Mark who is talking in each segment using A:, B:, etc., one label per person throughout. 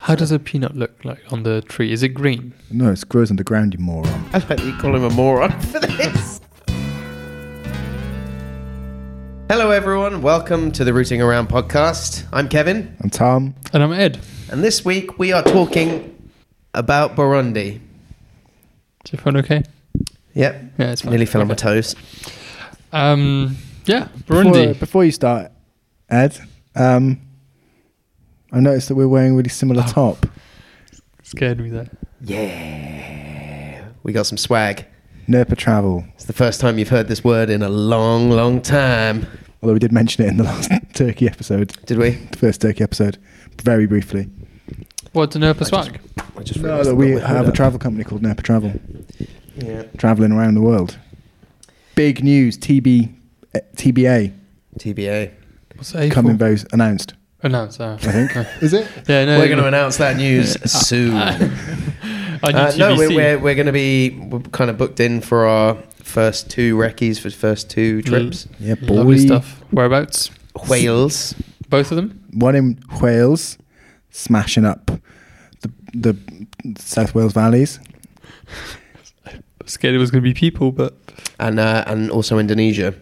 A: How does a peanut look like on the tree? Is it green?
B: No, it grows on the ground, you moron.
C: I like that you call him a moron for this. Hello, everyone. Welcome to the Rooting Around podcast. I'm Kevin,
B: And Tom,
A: And I'm Ed.
C: and this week we are talking about Burundi.
A: Is your phone okay?
C: Yep,
A: Yeah, it's fine.
C: nearly fell on my
A: Okay.
C: toes.
A: Um, yeah,
B: before,
A: Burundi.
B: before you start, Ed, um, I noticed that we're wearing a really similar top.
A: Scared me there.
C: Yeah, we got some swag.
B: Nerpa Travel,
C: It's the first time you've heard this word in a long, long time.
B: although we did mention it in the last Turkey episode,
C: Did we?
B: the first Turkey episode, very briefly.
A: What, to Nerpa swag?
C: I just
B: No,
C: realised
B: that
C: I've
B: we
C: got my hood
B: have a
C: up.
B: travel company called Nerpa Travel,
C: Yeah.
B: traveling around the world. Big news, TB, eh, TBA,
C: TBA.
A: What's that?
B: coming very s- announced,
A: Announced, uh,
B: I think.
A: uh,
B: Is it?
A: yeah, no.
C: We're going to announce that news soon.
A: on
C: Uh,
A: UTBC.
C: no, we're, we're, we're going to be we're kind of booked in for our first two recce's for the first two trips.
B: Yeah,
A: Lovely
B: boy.
A: stuff. Whereabouts?
C: Wales.
A: Both of them?
B: one in Wales, smashing up the the South Wales valleys.
A: Scared it was going to be people, but
C: and uh, and also Indonesia.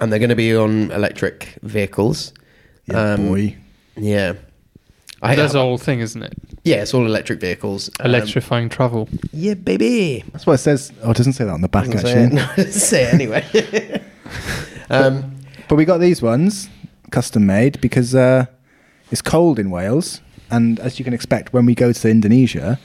C: And they're going to be on electric vehicles.
B: Yeah,
C: Um,
B: boy.
C: Yeah. I,
A: that's the whole thing, isn't it?
C: yeah, it's all electric vehicles. Um,
A: Electrifying travel.
C: yeah, baby.
B: That's what it says. Oh, it doesn't say that on the back
C: Doesn't say it.
B: actually.
C: No, it doesn't say it anyway. um,
B: But we got these ones custom made because uh, it's cold in Wales, and as you can expect, when we go to Indonesia,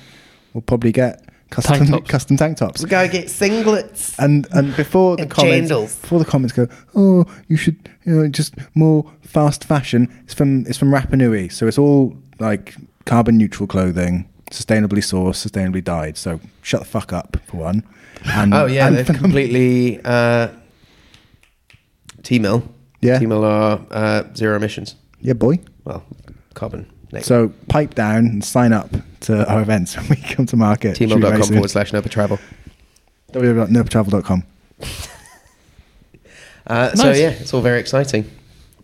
B: we'll probably get custom
A: Tank tops.
B: custom tank tops.
C: we go get singlets.
B: And and before the
C: And
B: comments,
C: chandels.
B: before the comments go, oh, you should you know just more fast fashion. It's from it's from Rapa Nui, so it's all like carbon neutral clothing, sustainably sourced, sustainably dyed. So shut the fuck up for one. And,
C: Oh yeah,
B: and
C: they've
B: for-
C: completely uh, T-mill.
B: Yeah.
C: T-mill are uh, zero emissions.
B: yeah, boy.
C: Well, carbon. negative.
B: So pipe down and sign up to our events when we come to market.
C: Tmall.com forward slash Nova Travel.
B: www.nerptravel.com.
C: Uh, So
A: Nice.
C: yeah, it's all very exciting.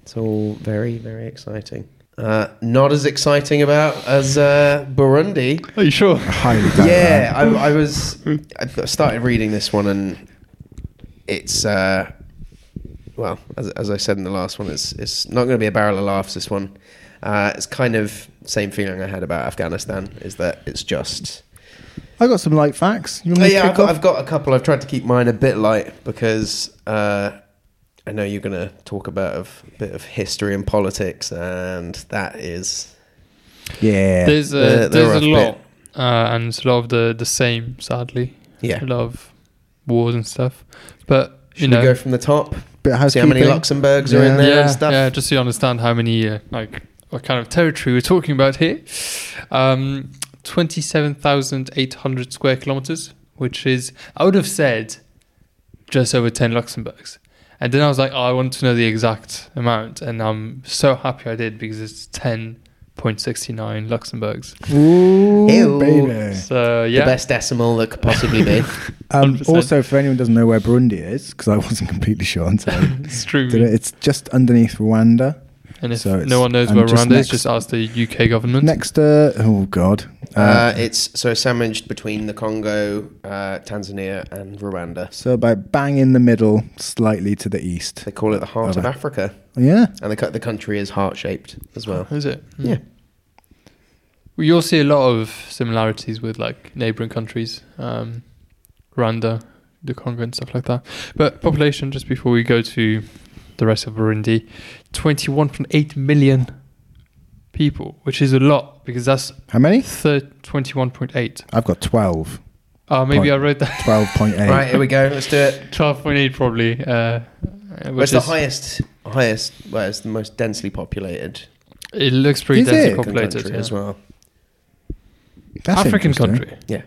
C: It's all very very exciting. Uh, not as exciting about as uh, Burundi.
A: Are you sure?
B: Highly doubt
C: yeah,
B: that.
C: I, I was. I th- started reading this one, and it's uh, well, as, as I said in the last one, it's it's not going to be a barrel of laughs. This one, uh, it's kind of same feeling I had about Afghanistan is that it's just.
B: I got some light facts. You want
C: Oh,
B: me to
C: yeah,
B: kick
C: I've got,
B: off?
C: I've got a couple. I've tried to keep mine a bit light because uh, I know you're going to talk about a bit of history and politics, and that is
B: yeah.
A: There's a,
C: The- the
A: there's
C: rough
A: a lot, uh, and it's a lot of the, the same, sadly.
C: yeah.
A: A lot of wars and stuff. But, you
C: Should
A: know.
C: we go from the top?
B: Bit of
C: See how many
B: housekeeping.
C: Luxembourgs are in
B: Yeah.
C: there
A: yeah,
C: and stuff.
A: yeah, just so you understand how many uh, like what kind of territory we're talking about here. Um, twenty-seven thousand eight hundred square kilometers, which is I would have said just over ten Luxembourgs, and then I was like, oh, I want to know the exact amount, and I'm so happy I did because it's ten point sixty-nine Luxembourgs.
B: Ooh,
C: Ew.
B: baby.
A: So
C: The
A: yeah,
C: best decimal that could possibly be.
B: Um,
A: 100%.
B: also, for anyone who doesn't know where Burundi is, because I wasn't completely sure until I
A: it's true.
B: did it, it's just underneath Rwanda,
A: And if
B: So it's-
A: no one knows
B: and
A: where
B: just
A: Rwanda is,
B: next-
A: just ask the UK government.
B: next to oh god, uh,
C: uh, it's so sandwiched between the Congo, uh, Tanzania, and Rwanda.
B: so about bang in the middle, slightly to the east.
C: They call it the heart of
B: Over.
C: Africa,
B: Yeah,
C: and the, co- the country is heart shaped as well.
A: Is it? Hmm.
C: Yeah.
A: Well, you'll see a lot of similarities with like neighboring countries, um, Rwanda, the Congo, and stuff like that. But population, just before we go to the rest of Burundi, 21.8 million people, which is a lot because that's
B: how many?
A: thir- 21.8.
B: I've got twelve.
A: Uh, maybe
B: Point.
A: I wrote that
B: Twelve point eight.
C: Right, here we go. Let's do it.
A: 12.8 probably. Uh,
C: Where's
A: which
C: the
A: is,
C: highest, highest, well, it's the most densely populated
A: It looks pretty
B: Is
A: densely
B: it?
A: populated.
C: country
A: yeah.
C: as well.
B: That's
A: African
B: interesting.
A: country.
C: Yeah.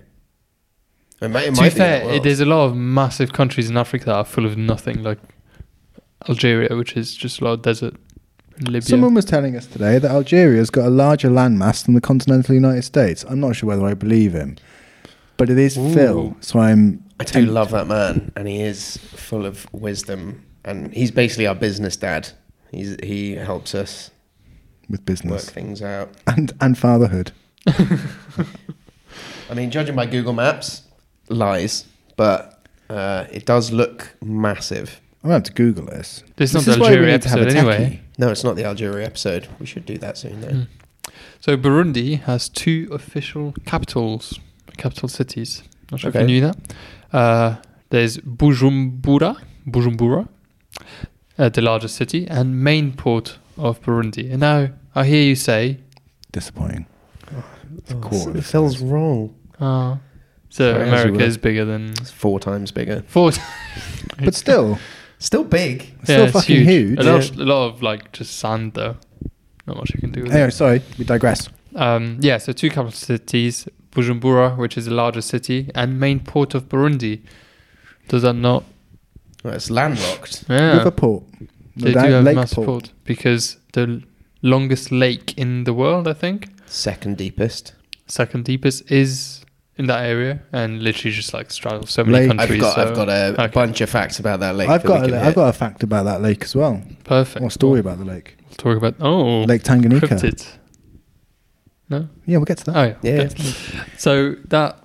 C: It might, it
A: to
C: might
A: be
C: be that
A: fair,
C: world.
A: there's a lot of massive countries in Africa that are full of nothing, like Algeria, which is just a lot of desert. and Libya.
B: Someone was telling us today that Algeria's got a larger landmass than the continental United States. I'm not sure whether I believe him, but it is
A: Ooh.
B: Phil, so I'm.
C: I do love that man, and he is full of wisdom, and he's basically our business dad. He's, he helps us
B: with
C: work
B: business
C: things out.
B: and and fatherhood.
C: I mean, judging by Google Maps, lies, but uh, it does look massive.
B: I'm going to have to Google this.
A: This, is
B: This
A: not
B: is
A: the
B: why we
A: Algeria
B: need to have a
A: episode anyway.
C: No, it's not the Algeria episode. We should do that soon, though.
A: Mm. So Burundi has two official capitals, capital cities. Not sure if
C: Okay.
A: you knew that. Uh, there's Bujumbura, Bujumbura, uh, the largest city and main port of Burundi. And now I hear you say,
B: Disappointing. It's a
C: Oh,
B: quarter
C: so-
B: of
C: Phil's
B: size.
C: wrong.
A: "Ah, so
C: Sorry, as you
A: America
C: were.
A: is bigger than
C: It's four times bigger.
A: four.
B: But still,
C: Still big.
B: it's still fucking huge.
A: A lot, a lot of like just sand though. Not much you can do with
B: Anyway,
A: it.
B: sorry, we digress.
A: Um, yeah, so two capital cities, Bujumbura, which is the largest city, and main port of Burundi. Does that not?
C: Well, it's landlocked.
A: Yeah,
B: Riverport.
A: they do
B: Down-
A: have
B: Lakeport.
A: massive port because the l- longest lake in the world, I think,
C: Second deepest.
A: second deepest, is in that area, and literally just like straddles so many
B: Lake-
A: countries.
C: I've got
A: so-
C: I've got a
A: okay.
C: bunch of facts about that lake.
B: I've
C: that
B: got
C: we can
B: a,
C: hit.
B: I've got a fact about that lake as well.
A: perfect.
B: What story
A: We'll
B: about the lake?
A: talk about oh
B: Lake Tanganyika.
A: cryptid. No,
B: Yeah, we'll get to that.
A: oh yeah,
C: Yeah,
A: okay. So that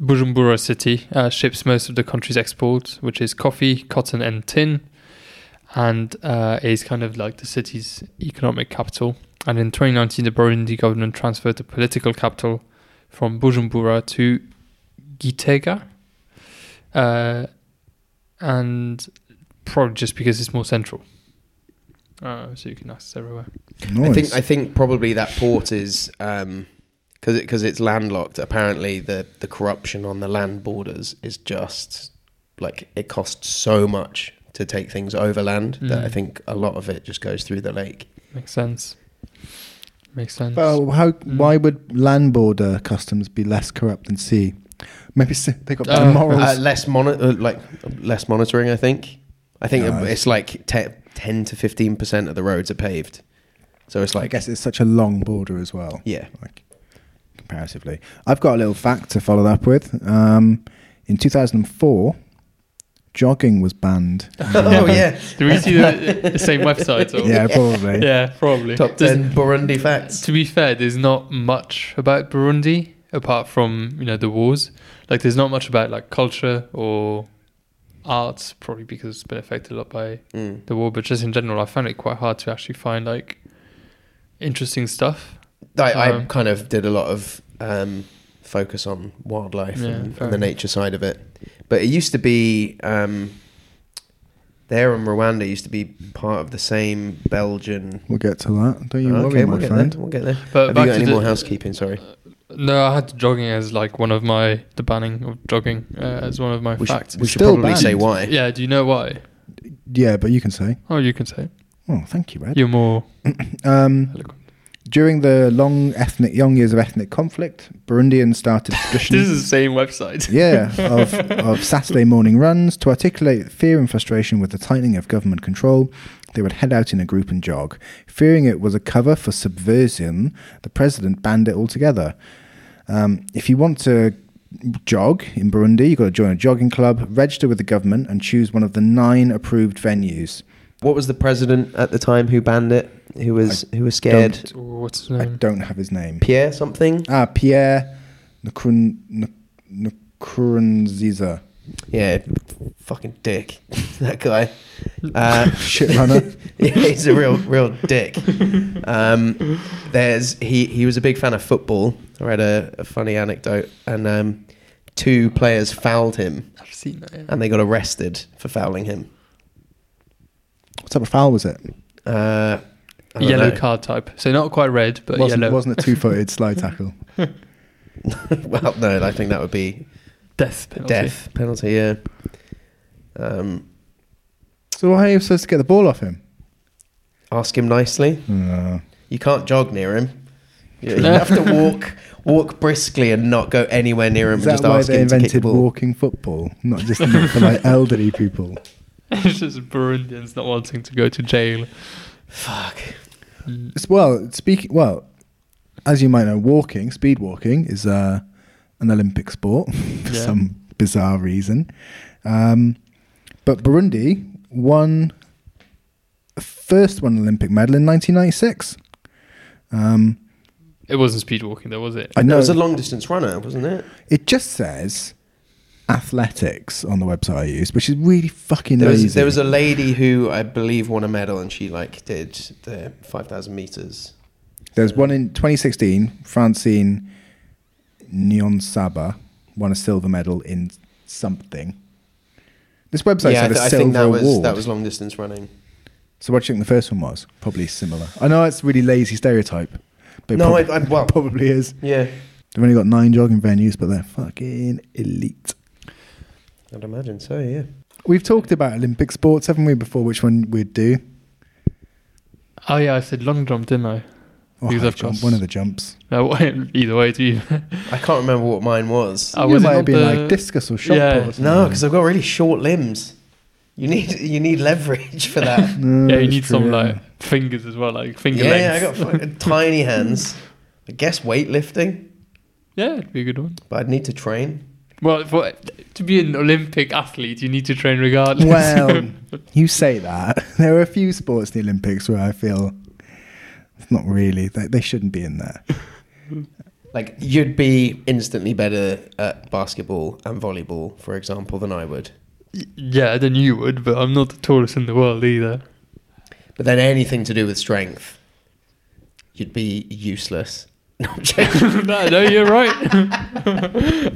A: Bujumbura city uh, ships most of the country's exports, which is coffee, cotton, and tin, and uh, is kind of like the city's economic capital. And in 2019, the Burundi government transferred the political capital from Bujumbura to Gitega, uh, and probably just because it's more central, uh, so you can access everywhere.
B: Nice.
C: I think I think probably that port is um, because because it's landlocked. Apparently, the the corruption on the land borders is just like it costs so much to take things overland that I
A: Mm.
C: think a lot of it just goes through the lake.
A: Makes sense. Makes sense.
B: well, how?
C: Hmm.
B: Why would land border customs be less corrupt than sea? Maybe s- they got better
A: Uh,
B: morals.
C: Uh, less mono- uh, like less monitoring. I think I think
B: Nice.
C: it's like te- ten to fifteen percent of the roads are paved, so it's
B: I
C: like
B: guess it's such a long border as well.
C: yeah.
B: like comparatively. I've got a little fact to follow that up with. Um, in 2004, jogging was banned.
C: oh yeah,
A: Do we see the, the same website? Or?
B: yeah, probably.
A: Yeah, probably.
C: top
A: There's-
C: ten Burundi facts.
A: To be fair, there's not much about Burundi apart from you know the wars. Like, there's not much about like culture or arts, probably because it's been affected a lot by
C: Mm.
A: the war. But just in general, I found it quite hard to actually find like interesting stuff.
C: I, I
A: Um,
C: kind of did a lot of um, focus on wildlife
A: Yeah,
C: and,
A: fair
C: and the
A: enough.
C: nature side of it. But it used to be um, there and Rwanda used to be part of the same Belgian. Uh,
B: We'll get to that. Don't you worry, my
C: we'll get
B: friend.
C: there. We'll get there.
A: But
C: Have
A: back
C: you
A: to
C: got any
A: the- Uh,
C: more housekeeping? Sorry,
A: No, I had jogging as like one of my the banning of jogging uh, as one of my
C: we
A: facts.
C: should, we should
B: Still
C: probably say
B: banned.
C: why.
A: yeah, do you know why?
B: Yeah, but you can say.
A: Oh, you can say.
B: Oh, thank you, Ed.
A: You're more
B: Um,
A: eloquent.
B: during the long ethnic, young years of ethnic conflict, Burundians started traditions.
A: This is the same website.
B: yeah, of, of Saturday morning runs to articulate fear and frustration with the tightening of government control. They would head out in a group and jog. Fearing it was a cover for subversion, the president banned it altogether. Um, if you want to jog in Burundi, you've got to join a jogging club, register with the government, and choose one of the nine approved venues.
C: What was the president at the time who banned it? Who was who was scared?
A: What's his
B: I
A: name?
B: don't have his name.
C: Pierre something.
B: Ah, Pierre Nkurun, Nuk- Nkurunziza.
C: Yeah, fucking dick. that guy. Uh,
B: Shit runner.
C: yeah, he's a real real dick. Um, there's he he was a big fan of football. I read a, a funny anecdote, and um, two players fouled him,
A: I've seen that. Yeah.
C: and they got arrested for fouling him.
B: What type of foul was it?
C: Uh, I don't
A: Yellow
C: know.
A: card type. So not quite red, but
B: wasn't,
A: yellow.
B: wasn't a two-footed slide tackle.
C: well, no, I think that would be
A: Death penalty.
C: death penalty. Yeah. Um,
B: So how are you supposed to get the ball off him?
C: ask him nicely.
B: Uh,
C: You can't jog near him. You you have to walk walk briskly and not go anywhere near him.
B: is
C: and
B: that
C: just
B: why
C: ask
B: they
C: him to kick the
B: invented
C: ball.
B: walking football, not just for like elderly people?
A: it's just Burundians not wanting to go to jail.
C: Fuck.
A: Mm.
B: It's, well, speaking well, as you might know, walking, speed walking, is uh, an Olympic sport for
A: Yeah.
B: some bizarre reason. Um, but Burundi won first won Olympic medal in 1996. Um,
A: It wasn't speed walking though, was it?
B: I
C: It
B: know
C: was a long distance runner, wasn't it?
B: it just says athletics on the website I use, which is really fucking
C: There
B: lazy.
C: was, there was a lady who I believe won a medal, and she like did the five thousand meters.
B: There's one in 2016. Francine Nyon Saba won a silver medal in something. This website
C: yeah, I,
B: said
C: th-
B: a
C: I
B: silver
C: think that was
B: award.
C: that was long distance running.
B: so what do you think the first one was? Probably similar. I know it's a really lazy stereotype, but it
C: No,
B: prob-
C: I- I- well-
B: probably is.
C: Yeah,
B: They've only got nine jogging venues, but they're fucking elite.
C: I'd imagine so. Yeah,
B: We've talked about Olympic sports, haven't we, before? Which one we'd do?
A: Oh yeah, I said long jump, didn't I?
B: Or
A: Because
B: high
A: I've got
B: Oh, jump,
A: s-
B: one of the jumps.
A: No, either way, do you?
C: I can't remember what mine was.
A: Oh,
B: you
A: was it
B: might
A: not
B: have been
A: the-
B: like discus or shot
A: Yeah.
B: put or something.
C: No, because I've got really short limbs. You need you need leverage for that.
B: No,
A: yeah, you
B: that's
A: need
B: Oh, true,
A: some
B: yeah.
A: like fingers as well, like finger
C: yeah,
A: length.
C: I got fucking tiny hands. I guess weightlifting,
A: yeah, it'd be a good one.
C: but I'd need to train.
A: Well, for, to be an Olympic athlete, you need to train regardless.
B: Well, you say that. There are a few sports in the Olympics where I feel it's not really. They, they shouldn't be in there.
C: Like you'd be instantly better at basketball and volleyball, for example, than I would.
A: Y- yeah, then you would, but I'm not the tallest in the world either.
C: But then anything to do with strength, you'd be useless. No, I'm joking.
A: no, no, you're right.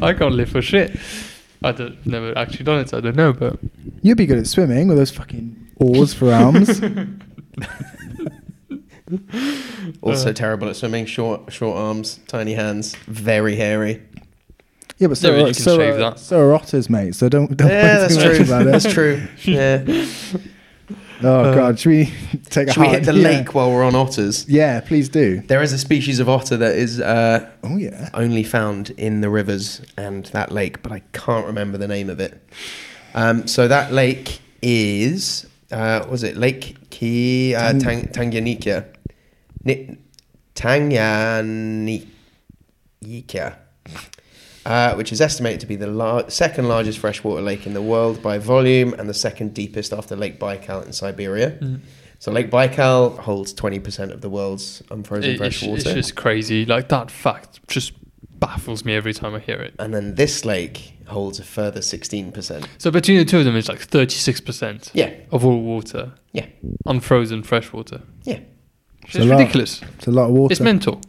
A: I can't lift for shit. I don't, I've never actually done it, so I don't know, but
B: You'd be good at swimming with those fucking oars for arms.
C: also terrible at swimming. Short short arms, tiny hands, very hairy.
B: yeah, but so
A: Yeah, but you can
B: are, so,
A: shave
B: are,
A: that.
B: so are otters, mate. So don't don't
C: yeah,
B: worry
C: that's
B: too
C: true.
B: much about it.
C: That's true. Yeah.
B: Oh
A: Uh,
B: god, should we take a
C: Should we
B: hard-
C: hit the
B: yeah.
C: lake while we're on otters?
B: Yeah, please do.
C: There is a species of otter that is uh,
B: Oh yeah.
C: only found in the rivers and that lake, but I can't remember the name of it. Um, so that lake is, uh, was it Lake Ki uh, Tang- Tanganyika? Ni- Tanganyika, uh, which is estimated to be the lar- second largest freshwater lake in the world by volume and the second deepest after Lake Baikal in Siberia.
A: Mm.
C: So Lake Baikal holds 20% of the world's unfrozen
A: it- it's,
C: fresh water.
A: it's just crazy. Like, that fact just baffles me every time I hear it.
C: and then this lake holds a further 16%.
A: So between the two of them, it's like 36%
C: Yeah,
A: of all water,
C: yeah,
A: unfrozen fresh water.
C: yeah.
A: It's
B: a lot.
A: ridiculous.
B: It's a lot of water.
A: It's mental.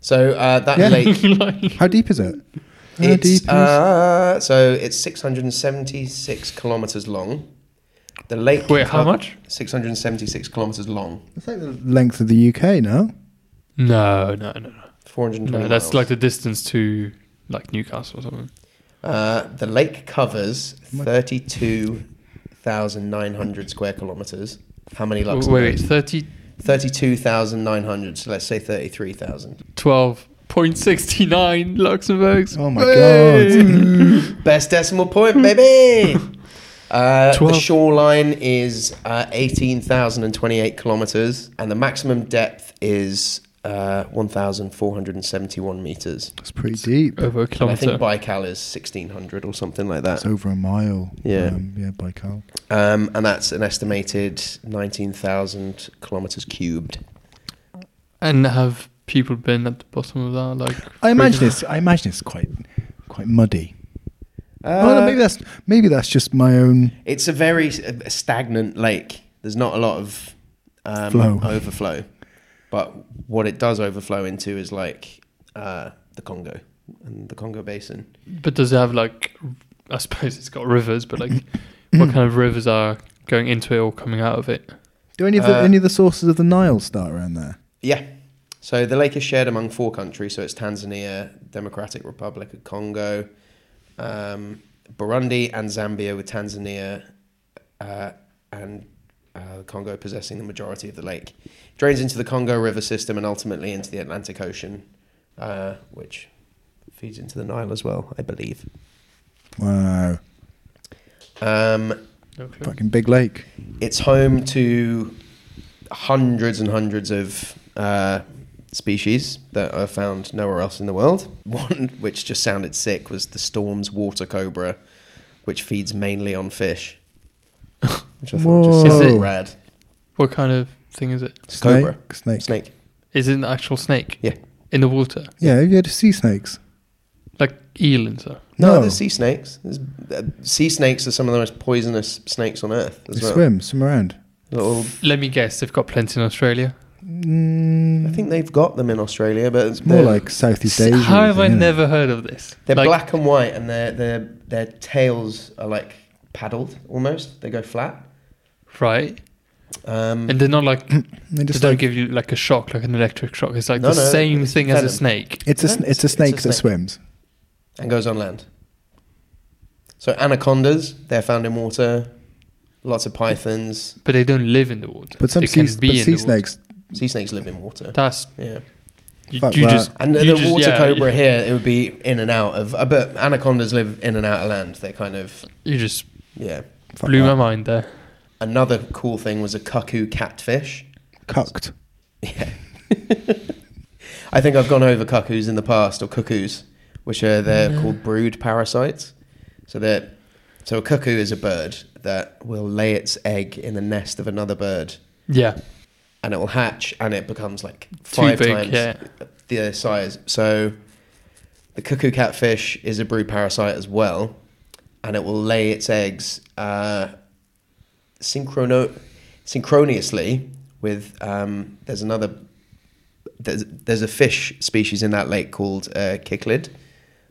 C: So uh, that
B: Yeah.
C: lake,
A: Like-
B: How deep is it? How deep
C: it's,
B: is
C: uh, so it's 676 kilometers long. The lake.
A: Wait, how much?
C: 676 kilometers long.
B: It's like the length of the UK now.
A: No, no, no, no.
C: 420
A: No, that's
C: miles.
A: like the distance to like Newcastle or something.
C: uh, the lake covers 32,900 square kilometers. How many
A: Wait,
C: Luxembourg?
A: wait, 30,
C: 32,900, so let's say 33,000.
A: 12.69 Luxembourg's.
B: Oh my
C: Best decimal point, baby. Uh,
A: Hmm.
C: the
A: Twelve.
C: shoreline is uh, 18,028 kilometers, and the maximum depth is uh, 1,471 meters.
B: That's pretty deep.
A: Over a
C: And I
A: kilometer.
C: think Baikal is 1,600 or something like that.
B: It's over a mile.
C: Yeah.
B: Um, yeah, by Carl.
C: Um, and that's an estimated 19,000 kilometers cubed.
A: and have people been at the bottom of that? Like,
B: I imagine it's. I imagine it's quite, quite muddy.
C: Uh,
B: oh, no, maybe that's maybe that's just my own.
C: It's a very s- a stagnant lake. There's not a lot of um,
B: Flow.
C: overflow, but what it does overflow into is like uh, the Congo and the Congo Basin.
A: but does it have like? I suppose it's got rivers, but like, what kind of rivers are going into it or coming out of it?
B: Do any of the
C: Uh,
B: any of the sources of the Nile start around there?
C: Yeah. So the lake is shared among four countries. So it's Tanzania, Democratic Republic of Congo, um, Burundi, and Zambia, with Tanzania uh, and uh, Congo possessing the majority of the lake. It drains into the Congo River system and ultimately into the Atlantic Ocean, uh, which feeds into the Nile as well, I believe.
B: Wow,
C: Um,
A: Okay.
B: fucking big lake.
C: it's home to hundreds and hundreds of uh, species that are found nowhere else in the world. One which just sounded sick was the storm's water cobra, which feeds mainly on fish. Which I thought
B: Whoa.
C: just
A: Is
C: sounded
A: it-
C: rad.
A: What kind of thing is it?
C: Cobra.
B: snake.
C: Snake.
A: is an actual snake
C: Yeah.
A: in the water,
B: Yeah, have you heard of sea snakes?
A: like eel and stuff.
C: No,
B: No.
C: there's sea snakes. There's, uh, sea snakes are some of the most poisonous snakes on earth. As
B: They
C: well.
B: swim, swim around.
C: Little,
A: Let me guess, they've got plenty in Australia.
B: Mm,
C: I think they've got them in Australia, but
B: it's more
C: they're-
B: like Southeast Asia.
A: How have I
B: isn't it?
A: never heard of this?
C: They're
A: Like,
C: black and white, and their their their tails are like paddled almost. They go flat.
A: right?
C: Um,
A: And they're not like
B: They
A: they
B: just
A: don't
B: like,
A: give you like a shock, like an electric shock. It's like
C: No,
A: the
C: no,
A: same
C: it's
A: thing as
C: venom.
A: a snake.
B: it's, a, sn-
C: It's
B: it's
C: a
B: a snake that
C: snake.
B: swims.
C: and goes on land. So anacondas, they're found in water. Lots of pythons.
A: But they don't live in the water.
B: But some
A: They
B: sea,
A: can
B: but
A: be in
B: sea
A: the water.
B: snakes.
C: Sea snakes live in water.
A: That's
C: Yeah.
A: you,
B: Fuck
A: you
B: that.
A: just
C: And the,
A: you
C: the
A: just-
C: water
A: yeah,
C: cobra
A: you-
C: here, it would be in and out of. Uh, but anacondas live in and out of land. They're kind of
A: You just
C: yeah.
B: Fuck
A: blew my
B: that.
A: mind there.
C: Another cool thing was a cuckoo catfish.
B: Cucked.
C: Yeah. I think I've gone over cuckoos in the past, or cuckoos, which are they're called brood parasites. So they're so a cuckoo is a bird that will lay its egg in the nest of another bird,
A: Yeah,
C: and it will hatch, and it becomes like five
A: too big.
C: times
A: Yeah,
C: the size. So the cuckoo catfish is a brood parasite as well, and it will lay its eggs uh, synchrono- synchronously with. Um, there's another. There's, there's a fish species in that lake called uh, cichlid,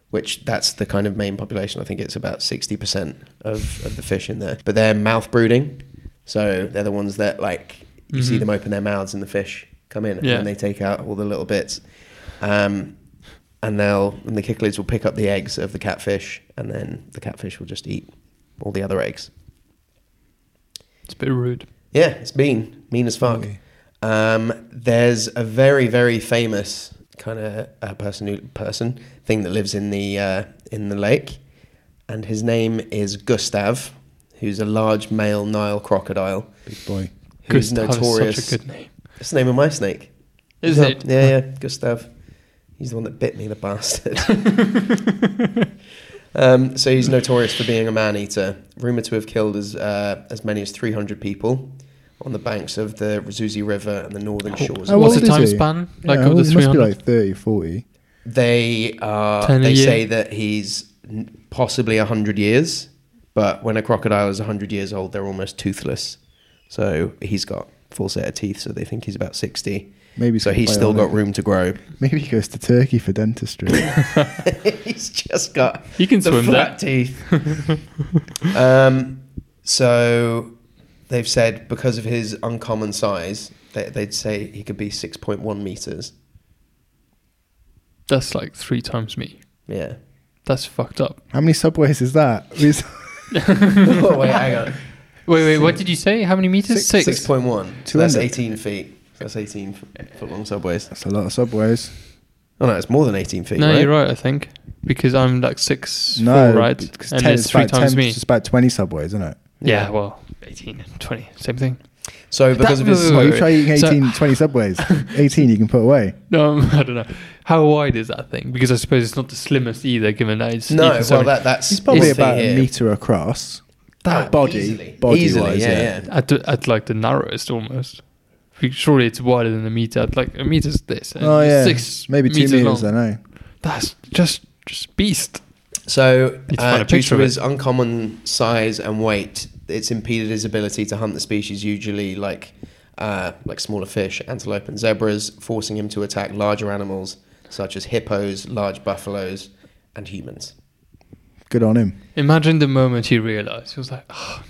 C: which that's the kind of main population. I think it's about sixty percent of, of the fish in there. But they're mouth brooding, so they're the ones that like you see
A: Mhm.
C: them open their mouths and the fish come in
A: Yeah.
C: and they take out all the little bits. Um, and they'll and the cichlids will pick up the eggs of the catfish, and then the catfish will just eat all the other eggs.
A: it's a bit rude.
C: Yeah, it's mean, mean as fuck.
A: Mm.
C: Um, there's a very very famous kind of uh, person who, person thing that lives in the uh, in the lake, and his name is Gustav, who's a large male Nile crocodile
B: Big boy.
C: who's
A: Gustav is
C: notorious.
A: Such a good name,
C: It's the name of my snake.
A: isn't
C: yeah,
A: it? Oh.
C: Yeah, yeah, Gustav. He's the one that bit me, the bastard. um, so he's notorious for being a man eater, rumored to have killed as uh, as many as 300 people on the banks of the Ruzuzi River and the northern shores.
B: How
A: Oh,
C: of
A: What's
B: old
A: the
B: is
A: time
B: he?
A: span? Like
B: yeah,
A: of
B: well,
A: the
B: he
A: three
B: must be
A: hundred?
B: like 30, 40.
C: They uh,
A: Ten a
C: they
A: year?
C: say that he's n- possibly 100 years, but when a crocodile is 100 years old, they're almost toothless. So he's got full set of teeth, so they think he's about 60.
B: Maybe he's
C: so
B: got
C: he's still got
B: bionic.
C: room to grow.
B: Maybe he goes to Turkey for dentistry.
C: he's just got
A: You can
C: the
A: swim that.
C: flat teeth. um, so they've said because of his uncommon size, they, they'd say he could be six point one meters.
A: That's like three times me.
C: Yeah.
A: That's fucked up.
B: How many subways is that? Is-
C: oh, wait, hang on.
A: Wait, wait. What did you say? How many meters? Six.
C: Six point one. So
B: Two
C: that's
B: hundred.
C: eighteen feet. So that's eighteen f- foot long subways.
B: That's a lot of subways.
C: Oh no, it's more than eighteen feet.
A: no,
C: right?
A: you're right. I think because I'm like six
B: No,
A: four, right?
B: Because
A: And
B: 10
A: it's
B: is
A: three
B: about
A: times
B: 10
A: me.
B: It's about 20 subways, isn't it?
A: Yeah,
C: Yeah.
A: well, 18, 20, same thing.
C: So because of
A: Wait,
C: his
B: Well,
A: wait,
B: you try eating
A: wait. So-
B: 18, 20 subways. 18 you can put away.
A: No, Um, I don't know. How wide is that thing? Because I suppose it's not the slimmest either, given that it's
C: no,
A: eaten so
C: well
A: many-
C: that that's
B: He's probably
C: his thing
B: about a
C: here.
B: metre across.
C: Oh,
B: body-
C: easily.
B: body
C: easily,
B: wise,
C: yeah,
B: yeah.
C: yeah.
A: at, the, at like the narrowest almost. Be- Surely it's wider than a meter. At, Like a meter's this. and
B: oh,
A: it's
B: yeah.
A: six
B: Maybe two
A: meters
B: metres,
A: long.
B: I know.
A: That's just just beast.
C: So,
A: Need to
C: uh,
A: find a
C: due
A: picture
C: to
A: of it.
C: his uncommon size and weight, it's impeded his ability to hunt the species usually like uh, like smaller fish, antelope, and zebras, forcing him to attack larger animals such as hippos, large buffaloes, and humans.
B: Good on him.
A: Imagine the moment he realized he was like, oh,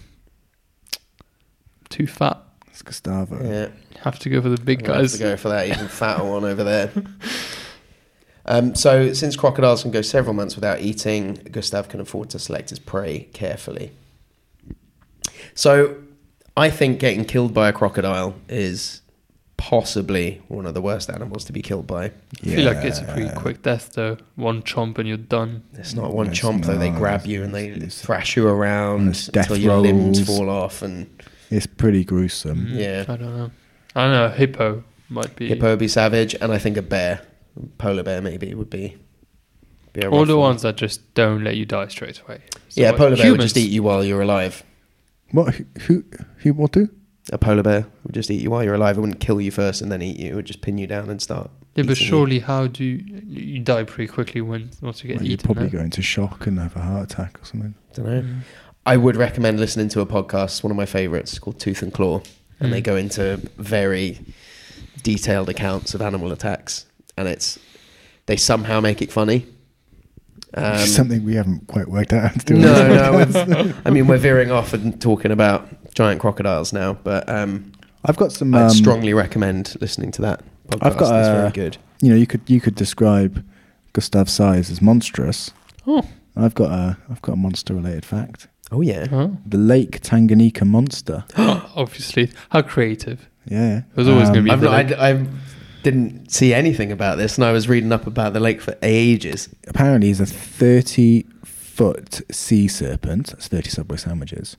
A: too fat.
B: It's Gustavo.
C: Yeah,
A: Have to go for the big
C: I'm gonna have
A: guys.
C: to go for that even fatter one over there. Um, so, since crocodiles can go several months without eating, Gustav can afford to select his prey carefully. So, I think getting killed by a crocodile is possibly one of the worst animals to be killed by.
A: I feel like it's a pretty quick death though. One chomp and you're done.
C: It's not one
B: It's
C: chomp though; they
B: not.
C: grab you and they
B: It's-
C: thrash you around
B: And it's death
C: until your limbs
B: rolls.
C: fall off. And
B: It's pretty gruesome.
A: Mm,
C: Yeah.
A: I don't know. I don't know. a Hippo might be.
C: hippo would be savage, and I think a bear, polar bear maybe would be. be a
A: All
C: rough
A: the
C: one.
A: ones that just don't let you die straight away. So
C: yeah,
A: what,
C: polar bear would
A: humans?
C: just eat you while you're alive.
B: What? Who? Who? Who will do?
C: A polar bear would just eat you while you're alive. It wouldn't kill you first and then eat you. It would just pin you down and start.
A: Yeah,
C: eating you.
A: but surely how do you, you die pretty quickly when once you get
B: Well, you'd
A: eaten?
B: probably
A: no?
B: go into shock and have a heart attack or something.
C: Dunno.
A: Mm.
C: I would recommend listening to a podcast. It's one of my favorites It's called Tooth and Claw, and they
A: Mm.
C: go into very detailed accounts of animal attacks, and it's they somehow make it funny.
B: Which
C: Um,
B: is something we haven't quite worked out how to do. on this
C: no, no.
B: podcast.
C: we've- I mean, we're veering off and talking about giant crocodiles now, but um,
B: I've got some.
C: I'd
B: um,
C: strongly recommend listening to that podcast.
B: I've got,
C: it's
B: uh,
C: very good.
B: You know, you could you could describe Gustav Size as monstrous.
A: Oh.
B: And I've got a I've got a monster related fact.
C: Oh yeah,
A: Oh,
B: The Lake Tanganyika monster.
A: obviously. How creative.
B: Yeah. Um,
A: There's always gonna be-
C: I've not, I, I didn't see anything about this, and I was reading up about the lake for ages.
B: apparently he's a 30 foot sea serpent. That's 30 Subway sandwiches.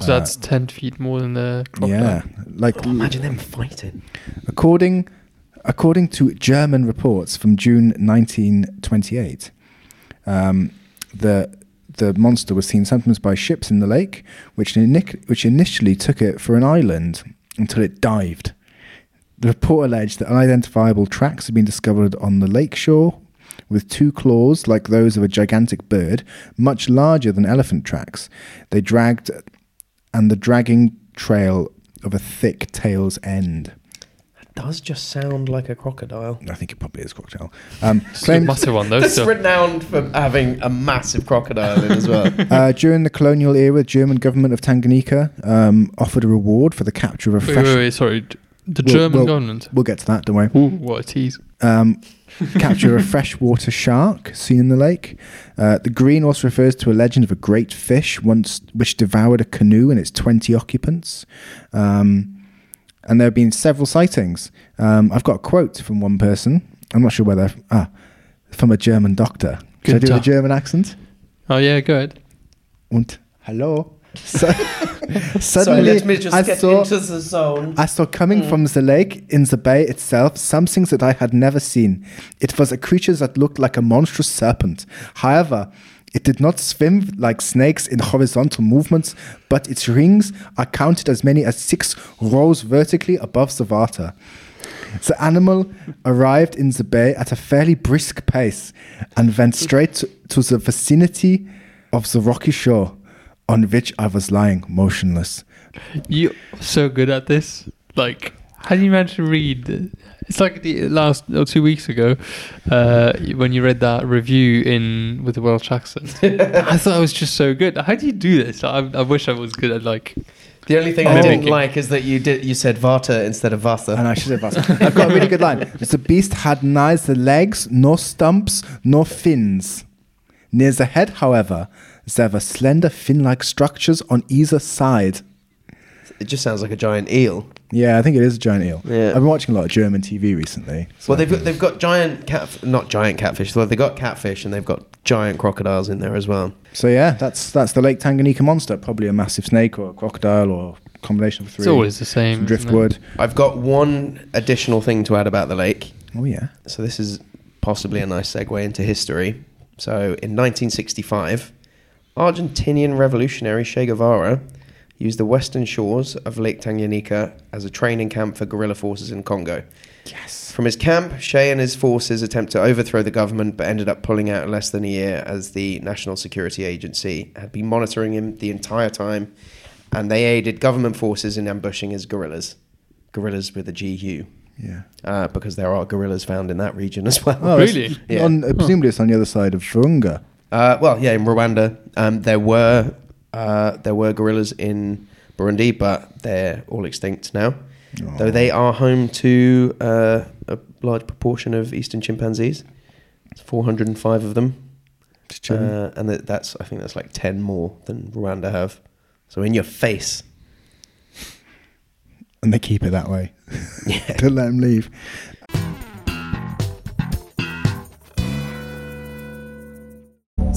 A: So
B: Uh,
A: that's 10 feet more than the crocodile.
B: yeah, like
C: Oh, imagine them fighting.
B: according according to German reports from June 1928, um, the the monster was seen sometimes by ships in the lake, which ini- which initially took it for an island until it dived. The report alleged that unidentifiable tracks had been discovered on the lake shore with two claws like those of a gigantic bird, much larger than elephant tracks. They dragged and the dragging trail of a thick tail's end.
C: does just sound like a crocodile.
B: I think it probably is crocodile. Um,
A: It's a
B: claimed,
A: massive one, though.
C: That's
A: so.
C: renowned for having a massive crocodile in as well.
B: uh, during the colonial era, German government of Tanganyika um, offered a reward for the capture of a
A: Wait,
B: fresh.
A: wait, wait, sorry. D- The
B: Well,
A: German
B: well-
A: government.
B: We'll get to that, don't worry.
A: Ooh, what a tease.
B: Um, capture of a freshwater shark seen in the lake. Uh, the green also refers to a legend of a great fish once which devoured a canoe and its twenty occupants. Um, and there have been several sightings. Um, I've got a quote from one person. I'm not sure whether ah, from a German doctor. Should I do a
A: Günther.
B: German accent?
A: Oh, yeah, go ahead.
B: und hallo. So,
C: Sorry,
B: suddenly,
C: let me just
B: I
C: get
B: saw
C: into the zone.
B: I saw coming from the lake in the bay itself something that I had never seen. It was a creature that looked like a monstrous serpent. However, it did not swim like snakes in horizontal movements, but its rings are counted as many as six rows vertically above the water. The animal arrived in the bay at a fairly brisk pace and went straight to, to the vicinity of the rocky shore on which I was lying motionless.
A: You're so good at this. Like, how do you manage to read? It's like the last or two weeks ago uh, when you read that review in with the Welsh accent. I thought I was just so good. How do you do this? I, I wish I was good at like.
C: the only thing
B: Oh.
C: I didn't
A: Mimicking.
C: like is that you did you said Vata instead of
B: And
C: Vasa.
B: I should have asked. I've got a really good line. The beast had neither legs, nor stumps, nor fins. Near the head, however, there were slender fin like structures on either side.
C: It just sounds like a giant eel.
B: Yeah, I think it is a giant eel.
C: Yeah.
B: I've been watching a lot of German TV recently. so-
C: Well, they've got they've got giant cat not giant catfish. Well, they've got catfish and they've got giant crocodiles in there as well.
B: So yeah, that's that's the Lake Tanganyika monster. Probably a massive snake or a crocodile or a combination of three.
A: It's always the
B: Some
A: same. isn't it?
B: driftwood.
C: I've got one additional thing to add about the lake.
B: Oh yeah.
C: So this is possibly a nice segue into history. So in 1965, Argentinian revolutionary Che Guevara used the western shores of Lake Tanganyika as a training camp for guerrilla forces in Congo.
B: Yes.
C: From his camp, Che and his forces attempt to overthrow the government but ended up pulling out in less than a year as the National Security Agency had been monitoring him the entire time and they aided government forces in ambushing his guerrillas. Guerrillas with a GU.
B: Yeah.
C: Uh, because there are gorillas found in that region as well.
B: Oh, it's
A: Really?
C: Yeah.
B: On, uh, presumably, it's on the other side of Virunga.
C: Uh, well, yeah, in Rwanda, um, there were uh, there were gorillas in Burundi, but they're all extinct now.
B: Oh.
C: Though they are home to uh, a large proportion of eastern chimpanzees. It's 405 of them,
B: Just chilling.
C: uh, and that, that's I think that's like 10 more than Rwanda have. So in your face.
B: and they keep it that way. Don't let them leave.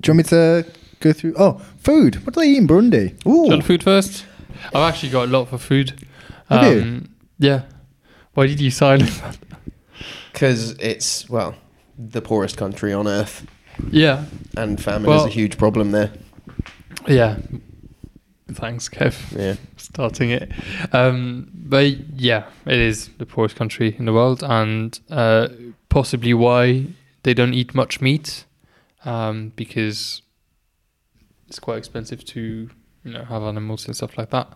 B: Do you want me to go through? Oh, food. What do they eat in Burundi?
A: Do you want
B: Ooh,
A: food first? I've actually got a lot for food. Um,
B: Have you?
A: Yeah. Why did you silence that?
C: because it's well the poorest country on earth,
A: Yeah.
C: and famine
A: Well-
C: is a huge problem there.
A: Yeah. Thanks, Kev.
C: Yeah,
A: starting it. Um, but yeah, it is the poorest country in the world, and uh, possibly why they don't eat much meat, um, because it's quite expensive to you know have animals and stuff like that,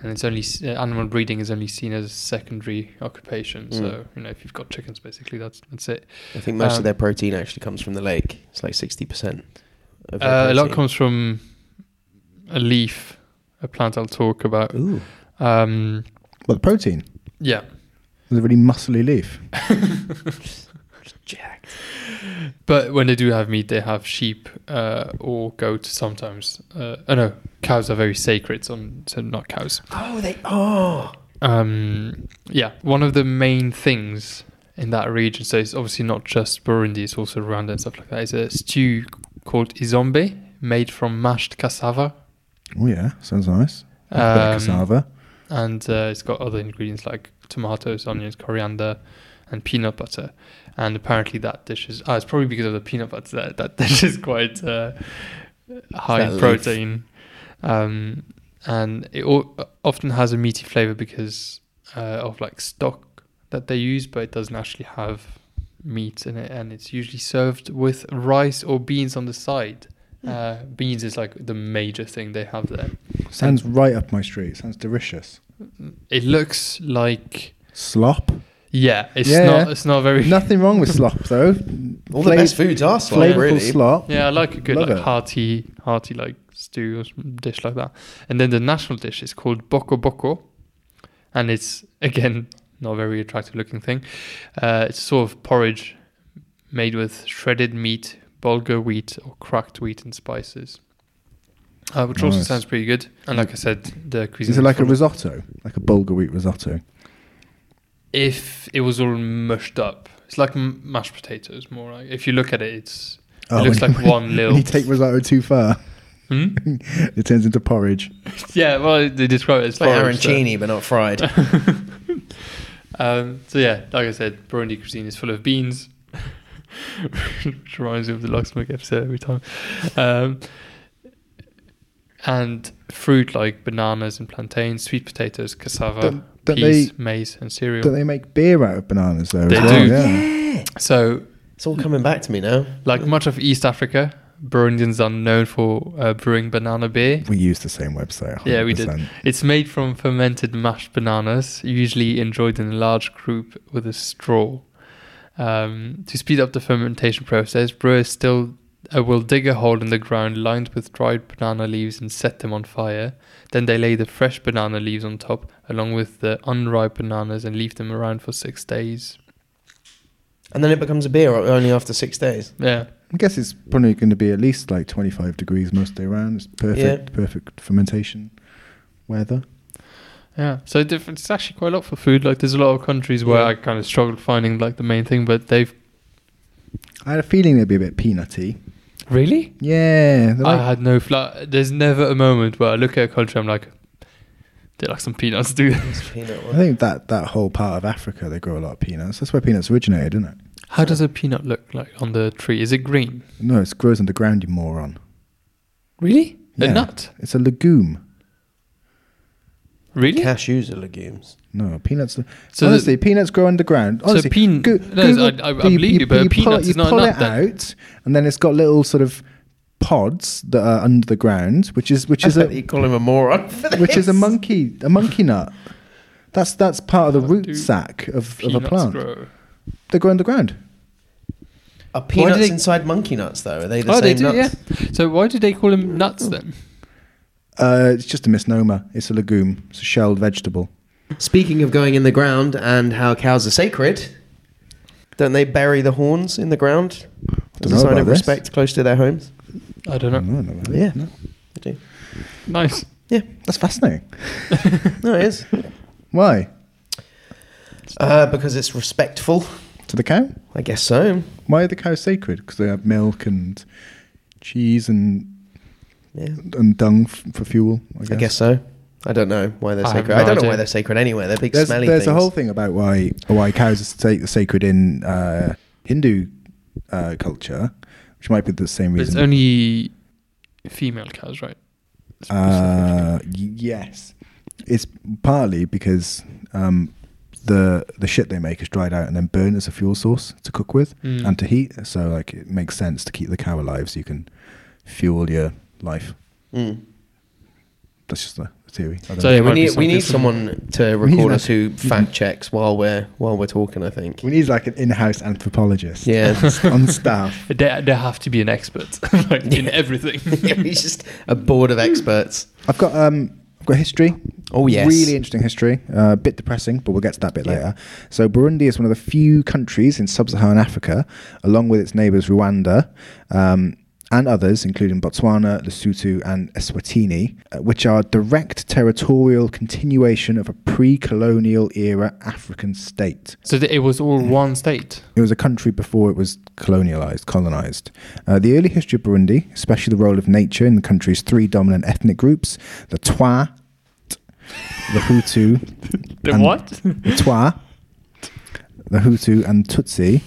A: and it's only s- uh, animal breeding is only seen as a secondary occupation. So you know if you've got chickens, basically that's that's it.
C: I think most
A: Um,
C: of their protein actually comes from the lake. It's like sixty percent.
A: Uh, a lot comes from a leaf, a plant I'll talk about.
C: Ooh.
A: Um,
B: well, the protein.
A: yeah.
B: The really muscly leaf.
C: Jacked.
A: But when they do have meat, they have sheep uh, or goats sometimes. Uh, oh no, cows are very sacred, so, so not cows.
C: Oh, they are.
A: Um, yeah, one of the main things in that region, so it's obviously not just Burundi, it's also Rwanda and stuff like that, is a stew called izombe made from mashed cassava.
B: Oh yeah, sounds nice. Bit of
A: Um,
B: cassava.
A: and uh, it's got other ingredients like tomatoes, onions, coriander, and peanut butter. And apparently, that dish is ah, it's probably because of the peanut butter that that dish is quite uh, high
C: that
A: in
C: leaf.
A: protein, um, and it o- often has a meaty flavor because uh, of like stock that they use, but it doesn't actually have meat in it, and it's usually served with rice or beans on the side. Uh, beans is like the major thing they have there.
B: Sounds right up my street. Sounds delicious.
A: It looks like
B: Slop.
A: Yeah, it's
B: Yeah.
A: not. It's not very.
B: Nothing wrong with slop though.
C: All
B: Flav-
C: the best foods are slop,
B: Flavorful
C: really.
B: slop.
A: Yeah, I like a good
B: Love
A: like
B: it.
A: hearty, hearty like stew or some dish like that. And then the national dish is called boko boko, and it's again not a very attractive looking thing. Uh, it's sort of porridge made with shredded meat, bulgur wheat, or cracked wheat and spices. Uh, which also
B: Nice.
A: sounds pretty good, and like I said, the cuisine.
B: Is it like a
A: from-
B: risotto? Like a bulgur wheat risotto?
A: if it was all mushed up? It's like m- mashed potatoes, more like. If you look at it, it's
B: Oh,
A: it looks
B: when-
A: like one
B: when
A: little.
B: you take risotto too far,
A: Hmm?
B: it turns into porridge.
A: Yeah, well, they describe it as
C: It's like
A: porridge, so-
C: arancini, but not fried.
A: Um, so yeah, like I said, Burundi cuisine is full of beans, which reminds me of the locksmith episode every time, um, and fruit like bananas and plantains, sweet potatoes, cassava,
B: Don't- don't
A: peas, maize, and cereal.
B: Don't they make beer out of bananas though?
A: They
B: as
A: do.
B: well? Yeah.
A: so,
C: it's all coming back to me now.
A: like much of East Africa, Burundians are known for uh, brewing banana beer.
B: We used the same website.
A: Yeah, we did.
B: 100%.
A: It's made from fermented mashed bananas, usually enjoyed in a large group with a straw. Um, to speed up the fermentation process, brewers still uh, will dig a hole in the ground lined with dried banana leaves and set them on fire. Then they lay the fresh banana leaves on top, along with the unripe bananas, and leave them around for six days.
C: And then it becomes a beer only after six days.
A: Yeah,
B: I guess it's probably going to be at least like 25 degrees most day round. It's perfect, perfect fermentation weather.
A: yeah. So diff- it's actually quite a lot for food. Like there's a lot of countries where
C: Yeah.
A: I kind of struggled finding like the main thing, but they've
B: I had a feeling they'd be a bit peanutty.
A: really
B: Yeah, they're
A: I
B: like,
A: had no flat. There's never a moment where I look at a country. I'm like, they like some peanuts, do they?
C: It's peanut
B: I
C: one.
B: think that that whole part of Africa they grow a lot of peanuts. That's where peanuts originated, isn't it?
A: How does a peanut look like on the tree? Is it green?
B: No, it grows underground, you moron.
A: Really? A
B: Yeah.
A: nut?
B: It's a legume.
A: Really?
C: Cashews are legumes.
B: No, peanuts.
A: So
B: honestly, peanuts grow underground.
A: So
B: Honestly,
A: pean-
B: go-
A: no, I-
B: Google-
A: I- I believe you, but a
B: pull
A: peanut
B: it-
A: is not a
B: pull
A: nut
B: it
A: then.
B: out, and then it's got little sort of pods that are under the ground, which is which is
C: Is
B: a
C: you call him a moron?
B: which is a monkey a monkey nut. That's that's part of the
A: How do
B: root sac of, of a
A: Peanuts
B: plant.
A: grow.
B: they go underground.
C: Are peanuts
A: they-
C: inside monkey nuts though? Are they the
A: oh,
C: same
A: they do,
C: nuts?
A: yeah. So why do they call them nuts then?
B: Uh, it's just a misnomer. It's a legume. It's a shelled vegetable.
C: Speaking of going in the ground and how cows are sacred, don't they bury the horns in the ground as
B: know
C: a sign
B: about
C: of
B: this.
C: respect close to their homes?
A: I don't know.
B: Oh, No, no, no.
C: Yeah,
B: No.
C: they do.
A: Nice.
C: Yeah,
B: That's fascinating.
C: no, it is
B: Why?
C: uh, because it's respectful.
B: To the cow?
C: I guess so.
B: Why are the cows sacred? Because they have milk and cheese and
C: Yeah,
B: and dung f- for fuel. I guess.
C: I guess so. I don't know why they're
A: I have
C: sacred.
A: no
C: I don't know
A: idea.
C: why they're sacred anyway. They're big
B: There's,
C: smelly
B: there's a
C: things.
B: whole thing about why why cows are sa- sacred in uh, Hindu uh, culture, which might be the same
A: But it's
B: reason.
A: only female cows, right?
B: Uh, y- yes, it's partly because um, the the shit they make is dried out and then burned as a fuel source to cook with
A: Mm.
B: and to heat. So like it makes sense to keep the cow alive so you can fuel your life.
C: Mm.
B: That's just a theory. I don't
A: So
B: know.
A: yeah,
C: We
A: might be
C: need, we
A: something
C: need
A: from-
C: someone to
B: We need
C: record
B: that.
C: us who fact checks while we're while we're talking. I think.
B: we need like an in-house anthropologist.
C: Yeah.
B: on staff.
A: They, they have to be an expert like, in everything.
C: He's just a board of experts.
B: I've got um, I've got history.
C: Oh, yes.
B: really interesting history. Uh, a bit depressing, but we'll get to that bit
C: Yeah.
B: later. So Burundi is one of the few countries in sub-Saharan Africa, along with its neighbours Rwanda. Um, and others, including Botswana, Lesotho, and Eswatini, uh, which are direct territorial continuation of a pre-colonial era African state.
A: so that it was all
B: Mm.
A: one state.
B: It was a country before it was colonialized, colonized. Uh, the early history of Burundi, especially the role of nature in the country's three dominant ethnic groups, the Twa, the Hutu,
A: The
B: And-
A: what?
B: the Twa, the Hutu, and Tutsi,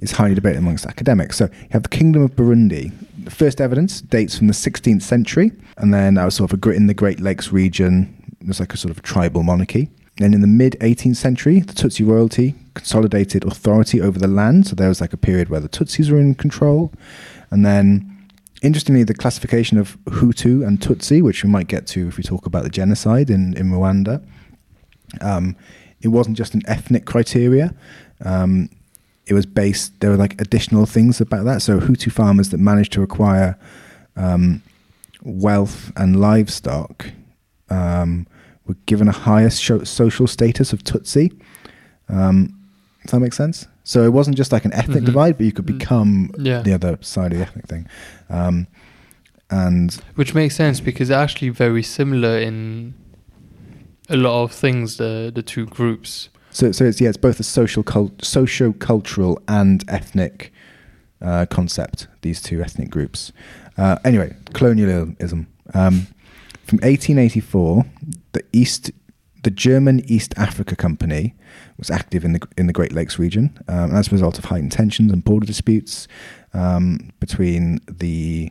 B: is highly debated amongst academics. So you have the Kingdom of Burundi. The first evidence dates from the 16th century, and then that was sort of a, gr- in the Great Lakes region. It was like a sort of tribal monarchy. Then in the mid 18th century, the Tutsi royalty consolidated authority over the land. So there was like a period where the Tutsis were in control. And then, interestingly, the classification of Hutu and Tutsi, which we might get to if we talk about the genocide in, in Rwanda, um, it wasn't just an ethnic criteria. Um, it was based. There were like additional things about that. So Hutu farmers that managed to acquire um, wealth and livestock um, were given a higher sho- social status of Tutsi. Um, does that make sense? So it wasn't just like an ethnic
A: Mhm.
B: divide, but you could
A: Mm.
B: become
A: Yeah.
B: the other side of the ethnic thing. Um, and
A: Which makes sense because they're actually very similar in a lot of things, the, the two groups.
B: So, so it's yeah, it's both a social, cult, socio-cultural and ethnic uh, concept. These two ethnic groups. Uh, anyway, colonialism. Um, from 1884, the East, the German East Africa Company was active in the in the Great Lakes region, um, and as a result of heightened tensions and border disputes um, between the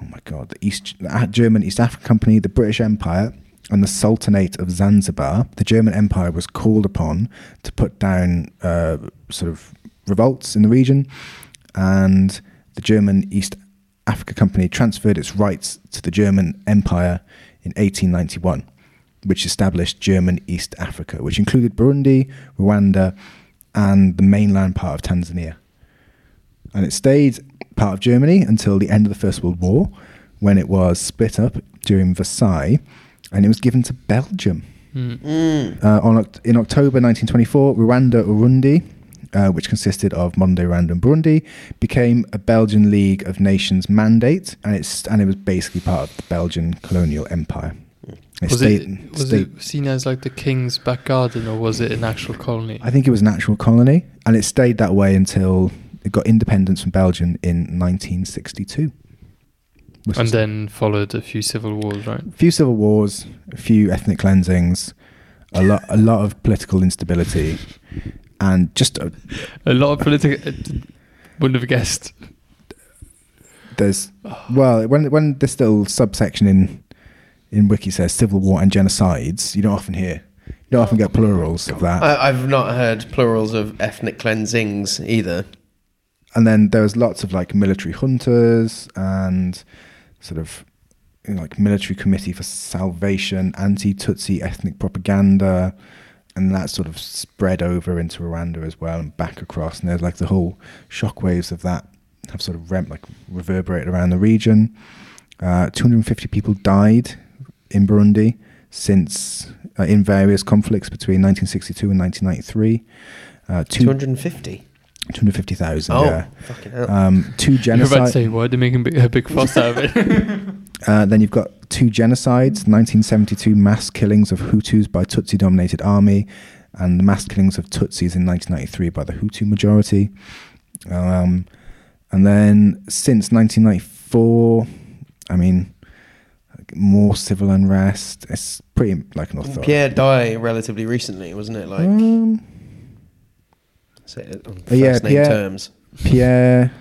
B: oh my god, the East the A- German East Africa Company, the British Empire, and the Sultanate of Zanzibar, the German Empire was called upon to put down uh, sort of revolts in the region, and the German East Africa Company transferred its rights to the German Empire in 1891, which established German East Africa, which included Burundi, Rwanda, and the mainland part of Tanzania and it stayed part of Germany until the end of the First World War, when it was split up during Versailles, and it was given to Belgium.
A: Hmm.
B: Uh, on, Oct- in October 1924, Rwanda Urundi, uh, which consisted of Monday, Rwanda, and Burundi, became a Belgian League of Nations mandate, and it's and it was basically part of the Belgian colonial empire. It
A: Was,
B: stayed-
A: it, was it seen as like the king's back garden or was it an actual colony?
B: I think it was an actual colony, and it stayed that way until it got independence from Belgium in 1962. Which
A: and uh,
B: is
A: then followed a few civil wars, right?
B: a few civil wars, a few ethnic cleansings, a lot, a lot of political instability, and just uh, a,
A: A lot of political. uh, Wouldn't have guessed.
B: there's well, when when this little subsection in in Wiki says civil war and genocides, you don't often hear, you don't often get plurals of that.
C: I, I've not heard plurals of ethnic cleansings either.
B: and then there was lots of like military hunters and sort of you know, like military committee for salvation, anti-Tutsi ethnic propaganda, and that sort of spread over into Rwanda as well and back across. And there's like the whole shockwaves of that have sort of rem- like reverberated around the region. Uh, 250 people died in Burundi since uh, in various conflicts between 1962 and 1993. Uh, two,
C: 250.
B: 250,000.
C: Oh,
B: yeah.
C: fucking hell.
B: Um, two
A: You're about to
B: genocides.
A: say what? They're making big- a big fuss out of it.
B: Uh, then you've got two genocides 1972 mass killings of Hutus by Tutsi dominated army, and the mass killings of Tutsis in 1993 by the Hutu majority. Um, and then since 1994, I mean, like, more civil unrest. It's pretty like an authority.
C: Pierre died relatively recently, wasn't it? Like,
B: Um,
C: say it on
B: Oh,
C: first
B: yeah,
C: name
B: Pierre-
C: terms.
B: Pierre.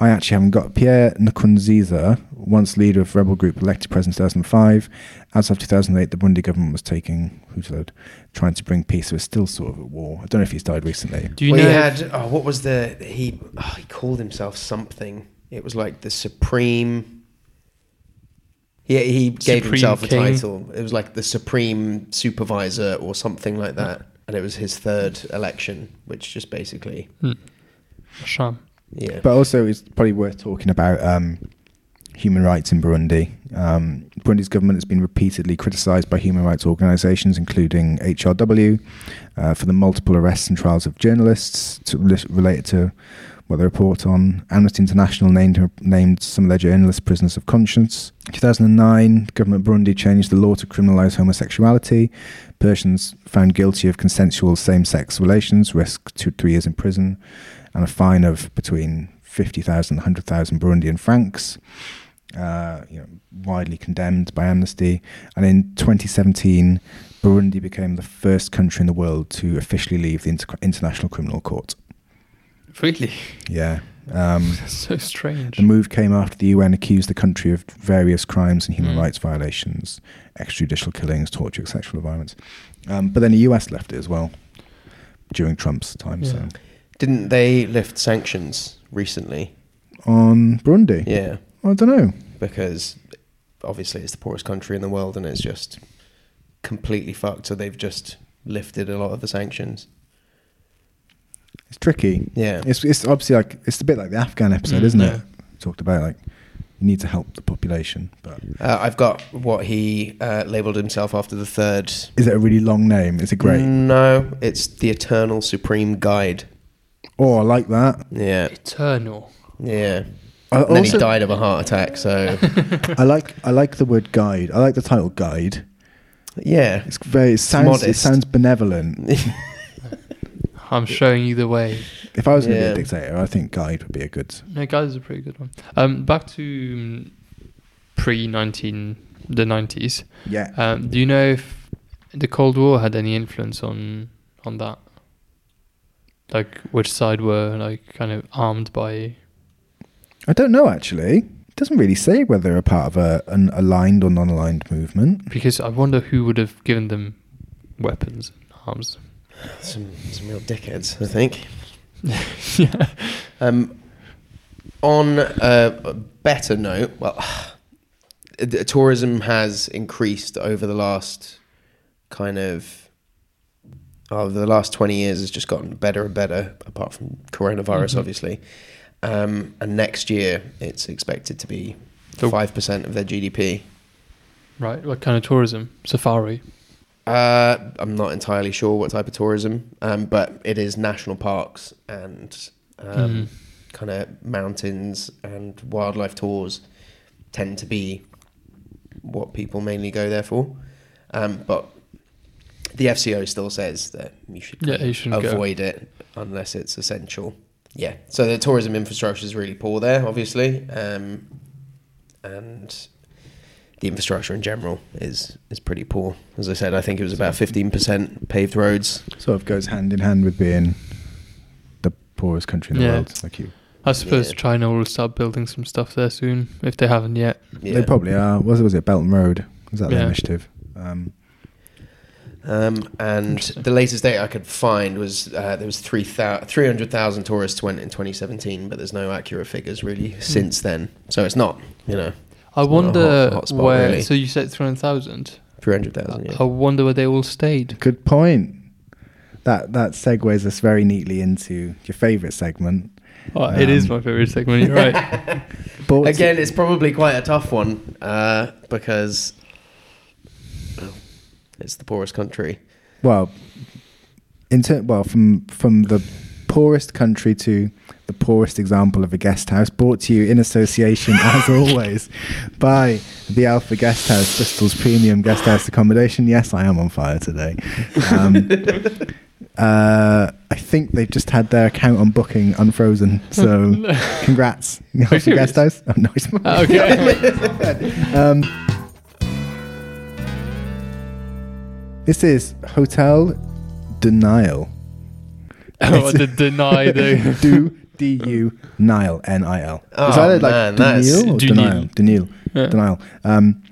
B: I actually haven't got Pierre Nkurunziza, once leader of rebel group, elected president in 2005. As of 2008, the Burundi government was taking Hutu, trying to bring peace. So it's still sort of at war. I don't know if he's died recently.
A: Do you
C: well,
A: know?
C: he had oh, what was the he oh, he called himself something. It was like the supreme. Yeah, he gave
A: Supreme
C: himself a
A: King.
C: title. It was like the supreme supervisor or something like that, and it was his third election, which just basically
A: Sham.
C: yeah.
B: But also, it's probably worth talking about um, human rights in Burundi. Um, Burundi's government has been repeatedly criticised by human rights organisations, including HRW, uh, for the multiple arrests and trials of journalists to, li- related to what they report on. Amnesty International named named some of their journalists prisoners of conscience. 2009, government Burundi changed the law to criminalise homosexuality. Persons found guilty of consensual same-sex relations risk two three years in prison and a fine of between 50,000 and 100,000 Burundian francs, uh, you know, widely condemned by Amnesty. And in 2017, Burundi became the first country in the world to officially leave the Inter- International Criminal Court.
A: Really?
B: Yeah. Um,
A: That's so strange.
B: the move came after the UN accused the country of various crimes and human
A: Mm.
B: rights violations, extrajudicial killings, torture, sexual violence. Um, but then the US left it as well during Trump's time.
A: Yeah.
B: So
C: Didn't they lift sanctions recently?
B: on Burundi,
C: Yeah,
B: I don't know.
C: because obviously it's the poorest country in the world, and it's just completely fucked. So they've just lifted a lot of the sanctions.
B: It's tricky.
C: Yeah,
B: It's it's obviously like it's a bit like the Afghan episode,
A: Mm,
B: isn't
A: yeah.
B: it? Talked about like you need to help the population, but
C: Uh, I've got what he uh, labeled himself after the third.
B: is it a really long name? Is it great?
C: Mm. No, it's the Eternal Supreme Guide.
B: Oh, I like that.
C: Yeah,
A: Eternal.
C: yeah.
B: I
C: And then he
B: also
C: died of a heart attack. So
B: I like I like the word guide. I like the title guide.
C: yeah,
B: It's very it sounds it
C: modest.
B: sounds benevolent.
A: I'm showing you the way.
B: If I was going to be
C: Yeah.
B: a dictator, I think guide would be a good.
A: No, guys, is a pretty good one. Um, back to pre nineteen the nineties.
B: Yeah.
A: Um, do you know if the Cold War had any influence on on that? Like which side were like kind of armed by?
B: I don't know actually. It doesn't really say whether they're a part of a, an aligned or non-aligned movement.
A: Because I wonder who would have given them weapons and arms.
C: some some real dickheads, I think.
A: yeah.
C: Um, on a better note, well, the tourism has increased over the last kind of oh, over the last twenty years. Has just gotten better and better, apart from coronavirus, obviously. Um, and next year, it's expected to be
A: So-
C: five percent of their GDP.
A: Right. What kind of tourism? Safari.
C: Uh, I'm not entirely sure what type of tourism, um, but it is national parks and
A: Mm-hmm.
C: um,
A: Hmm.
C: kind of mountains and wildlife tours tend to be what people mainly go there for. Um, but the FCO still says that you should
A: Yeah,
C: kind of
A: you shouldn't go.
C: avoid it unless it's essential. Yeah, so the tourism infrastructure is really poor there, obviously, um, and the infrastructure in general is is pretty poor. As I said, I think it was about fifteen percent paved roads.
B: Sort of goes hand in hand with being the poorest country in the
A: Yeah.
B: world. Like you
A: I suppose
C: Yeah.
A: China will start building some stuff there soon if they haven't yet.
C: Yeah.
B: They probably are. Was it was it Belton Road? Was that
A: Yeah.
B: the initiative? Um,
C: Um, and
A: Interesting.
C: the latest date I could find was uh, there was three three hundred thousand tourists went in 2017, but there's no accurate figures really since then. So it's not, you know,
A: I
C: It's not a
A: wonder
C: hot- hotspot,
A: where.
C: really.
A: So you said three hundred thousand.
C: three hundred thousand. Yeah.
A: I wonder where they all stayed.
B: Good point. That that segues us very neatly into your favourite segment.
A: Oh, it is
B: Um,
A: my favorite segment. You're right.
B: Bought
C: Again, it's probably quite a tough one uh, because well, it's the poorest country.
B: well, in ter- well from from the poorest country to the poorest example of a guest house. Brought to you in association, as always, by the Alpha Guest House, Bristol's premium guest house accommodation. Yes, I am on fire today. Um, uh, I think they've just had their account on Booking unfrozen. So, congrats, Alpha
A: serious?
B: Guest House. Oh, no, it's not.
A: Ah, okay.
B: Um, This is Hotel Denial.
A: oh, to deny the.
B: do D U Nile N I L.
C: Oh,
B: Is that
C: man,
B: like
C: that's-
B: denial or
A: Denial.
B: denial? Denial.
A: Yeah.
B: Denial. Um,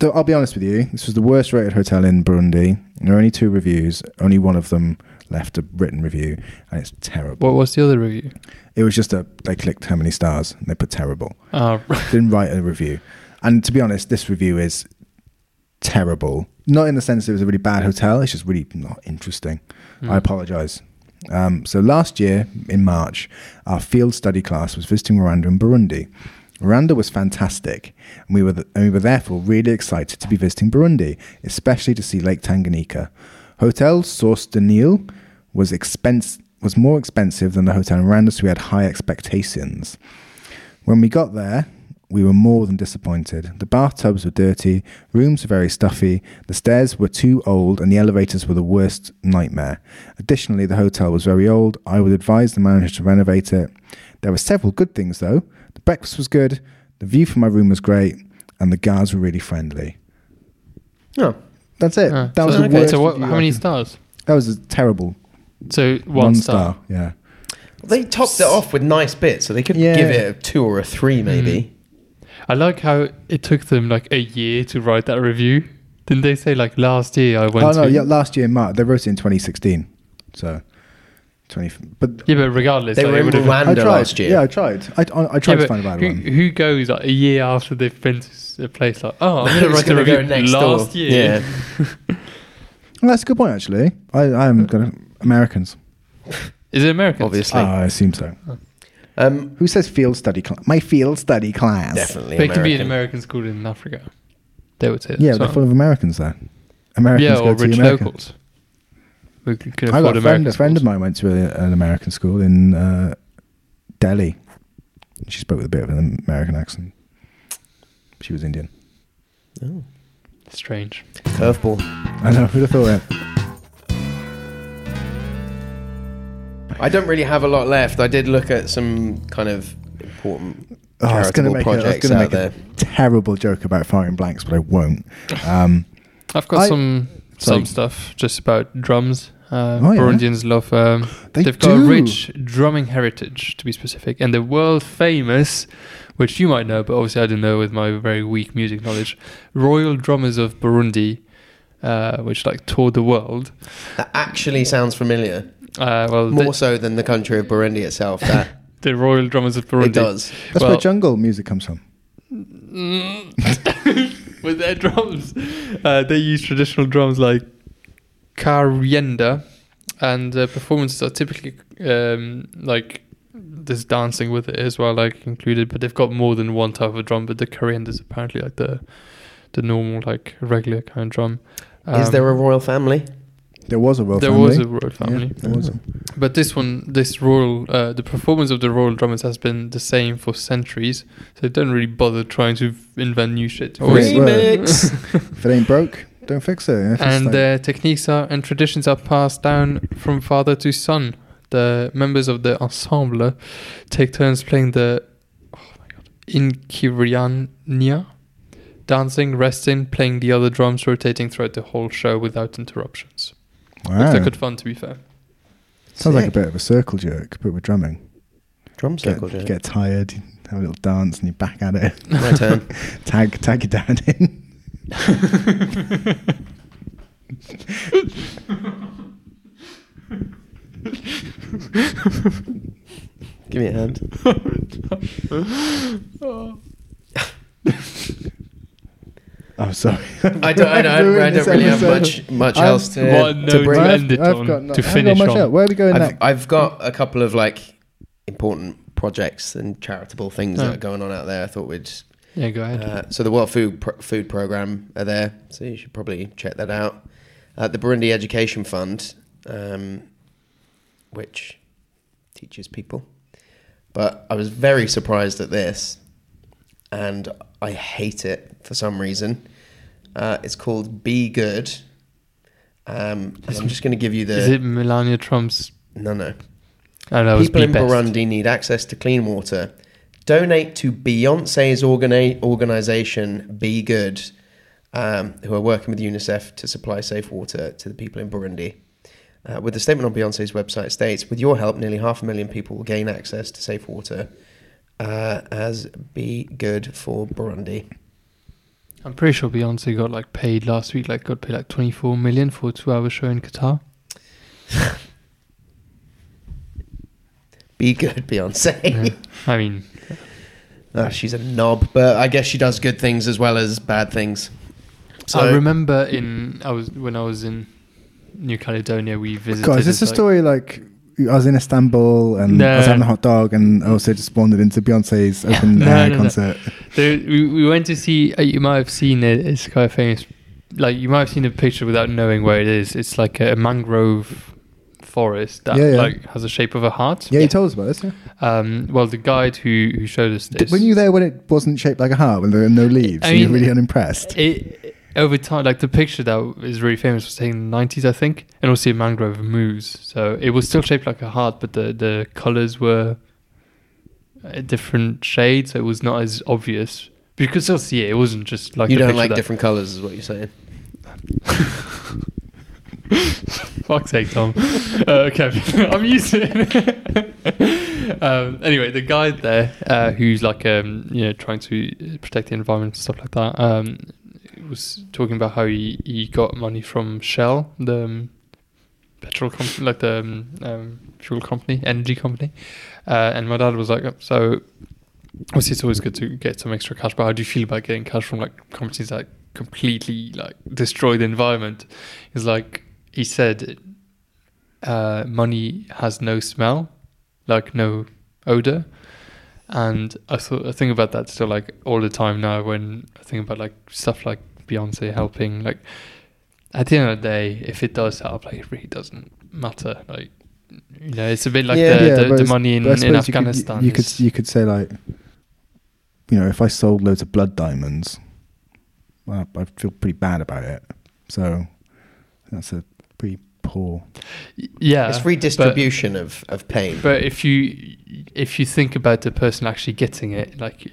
B: though I'll be honest with you. This was the worst rated hotel in Burundi. There are only two reviews. Only one of them left a written review, and it's terrible.
A: What was the other review?
B: It was just a they clicked how many stars and they put terrible.
A: Ah,
B: Didn't write a review. And to be honest, this review is terrible. Not in the sense that it was a really bad hotel. It's just really not interesting.
A: Hmm.
B: I apologize. Um, so last year in March, our field study class was visiting Rwanda and Burundi. Rwanda was fantastic, and we were th- and we were therefore really excited to be visiting Burundi, especially to see Lake Tanganyika. Hotel Source de Nil was expense was more expensive than the hotel in Rwanda, so we had high expectations. When we got there, we were more than disappointed. The bathtubs were dirty, rooms were very stuffy, the stairs were too old, and the elevators were the worst nightmare. Additionally, the hotel was very old. I would advise the manager to renovate it. There were several good things, though. The breakfast was good, the view from my room was great, and the guards were really friendly.
C: Oh,
B: That's it.
A: ah.
B: that was
A: so,
B: the worst.
A: So, what,
B: review
A: how
B: I
A: many
B: could-
A: stars?
B: That was a terrible
A: So one,
B: one,
A: star.
B: star. Yeah.
C: they topped it off with nice bits, so they could
B: Yeah.
C: give it a two or a three, maybe.
A: I like how it took them like a year to write that review. Didn't they say like last year I went
B: oh no!
A: to?
B: Yeah, last year in March they wrote it in 2016, so 20. But
A: Yeah, but regardless,
C: They
A: like,
C: were
A: it
C: in
A: would've-
B: I
C: Rwanda
B: tried.
C: last year.
B: Yeah, I tried. I, I, I
A: Yeah,
B: tried to
A: but
B: find a bad
A: who,
B: one.
A: who goes like a year after they've been to a place like, oh, I'm going to
C: It's
A: write a
C: gonna
A: review
C: go next
A: last
C: door.
A: year?
C: Yeah.
B: Well, that's a good point, actually. I, I haven't got a, Americans.
A: Is it American?
B: Oh,
C: Obviously,
B: I assume so.
C: um,
B: Who says field study class? My field study class.
C: definitely.
A: They could be an
C: American.
A: American school in Africa. They would say that.
B: Yeah,
A: so.
B: they're full of Americans there. Americans
A: yeah,
B: go
A: or
B: to
A: rich
B: America.
A: locals. We c- can
B: I
A: afford
B: got a friend,
A: American
B: a friend of
A: schools.
B: mine went to a, an American school in uh, Delhi. She spoke with a bit of an American accent. She was Indian.
A: Strange.
C: Oh, Curveball.
B: I know. Who'd have thought that?
C: I don't really have a lot left. I did look at some kind of important
B: Oh, I was going
C: charitable
B: to make, a, I was
C: projects
B: gonna
C: out
B: make
C: there.
B: a terrible joke about firing blanks, but I won't. Um,
A: I've got
B: I-
A: some
B: Sorry.
A: some stuff just about drums. Uh,
B: Oh, yeah.
A: Burundians love. Um,
B: They
A: have got a
B: do.
A: rich drumming heritage, to be specific, and they're world famous, which you might know, but obviously I don't know with my very weak music knowledge. Royal drummers of Burundi, uh, which like toured the world.
C: That actually sounds familiar,
A: Uh, well,
C: more
A: the,
C: so than the country of Burundi itself. That
A: the Royal drummers of Burundi.
C: it does.
B: that's
A: Well-
B: where jungle music comes from.
A: Mm. with their drums. Uh, they use traditional drums like karienda, and uh, performances are typically um, like there's dancing with it as well, like included. But they've got more than one type of drum. But the karienda is apparently like the the normal, like regular kind of drum.
B: Um,
A: Um,
C: Is there a royal family?
B: There was a royal
A: there
B: family.
A: was a royal family.
B: Yeah, there was a-
A: But this one, this royal, uh, the performance of the royal drummers has been the same for centuries. So they don't really bother trying to invent new shit.
B: Oh, Always yeah.
C: Remix.
B: If it ain't broke, don't fix it. If it's
A: and uh,
B: like-
A: their techniques are and traditions are passed down from father to son. The members of the ensemble take turns playing the oh my god inkirianya, dancing, resting, playing the other drums, rotating throughout the whole show without interruptions.
B: wow.
C: Ah.
A: It's good fun, to be fair.
B: sounds like a
C: Sick.
B: bit of a circle jerk, but with drumming.
C: Drum
B: Get,
C: circle. Joe.
B: get tired, you have a little dance, and you're back at it.
C: My turn.
B: Tag tag your dad in.
C: Give me a hand.
B: Oh, I'm sorry.
C: I don't, I don't, I don't really have much much
B: I'm-
C: else to,
A: One
C: to
A: note
C: bring.
A: to end it on,
B: no-
A: to
B: I haven't
A: finish
B: much
A: on.
B: else. Where are we going
C: I've,
B: next?
C: I've got a couple of like important projects and charitable things
A: Oh.
C: that are going on out there. I thought we'd.
A: Yeah, go ahead.
C: Uh, so the World Food Pro- Food Program are there, so you should probably check that out. Uh, the Burundi Education Fund, um, which teaches people, but I was very surprised at this, and I hate it for some reason. Uh, it's called Be Good. Um, and I'm just going to give you the
A: Is it Melania Trump's?
C: no no.
A: I know.
C: People
A: it was Be
C: in
A: Best.
C: Burundi need access to clean water. Donate to Beyonce's organi- organization Be Good, um, who are working with UNICEF to supply safe water to the people in Burundi. Uh, with a statement on Beyonce's website it states, with your help, nearly half a million people will gain access to safe water uh, as Be Good for Burundi.
A: I'm pretty sure Beyonce got like paid last week. Like got paid like 24 million for a two-hour show in Qatar.
C: Be good, Beyonce.
A: Yeah. I mean,
C: Uh, she's a knob, but I guess she does good things as well as bad things. So
A: I remember in I was when I was in New Caledonia, we visited.
B: God, is this a
A: like-
B: story like I was in Istanbul and I was
A: No.
B: having a hot dog and also just wandered into Beyonce's open
A: No,
B: air
A: no, no.
B: concert?
A: There, we, we went to see. Uh, you might have seen it. It's quite famous. Like you might have seen a picture without knowing where it is. It's like a mangrove forest that
B: Yeah, yeah.
A: like has a shape of a heart.
B: Yeah, you told us about this. Yeah.
A: Um, well, the guide who who showed us
B: Did,
A: this.
B: were you there when it wasn't shaped like a heart when there were no leaves?
A: I
B: and you're
A: mean-
B: really unimpressed.
A: It, over time, like the picture that is really famous was taken in the 90s, I think, and also a mangrove moves. So it was still shaped like a heart, but the, the colors were a different shade, so it was not as obvious. But you could still see it. It wasn't just like the
C: you don't
A: picture
C: like
A: that-
C: different colors, is what you're saying.
A: Fuck's sake, Tom. Uh, okay, I'm used to it. um, anyway, the guy there, uh, who's like, um, you know, trying to protect the environment and stuff like that, um, was talking about how he, he got money from Shell, the um, petrol company, like the um, um, fuel company, energy company. Uh, and my dad was like, so obviously it's always good to get some extra cash, but how do you feel about getting cash from like companies that completely like destroy the environment? Is like he said, uh, money has no smell, like no odor. And I thought I think about that still like all the time now when I think about like stuff like Beyonce helping. Like at the end of the day, if it does help, like it really doesn't matter. Like you know, it's a bit like
C: Yeah.
A: the, the,
B: but
A: the
B: it's-
A: money in,
B: but I
A: in
B: suppose you could-
A: Afghanistan.
B: You could,
A: is-
B: you, could say like, you know, if I sold loads of blood diamonds, well, I feel pretty bad about it. So that's a pretty poor.
A: Y- yeah,
C: it's
A: but-
C: redistribution of, of pain.
A: But if you if you think about the person actually getting it, like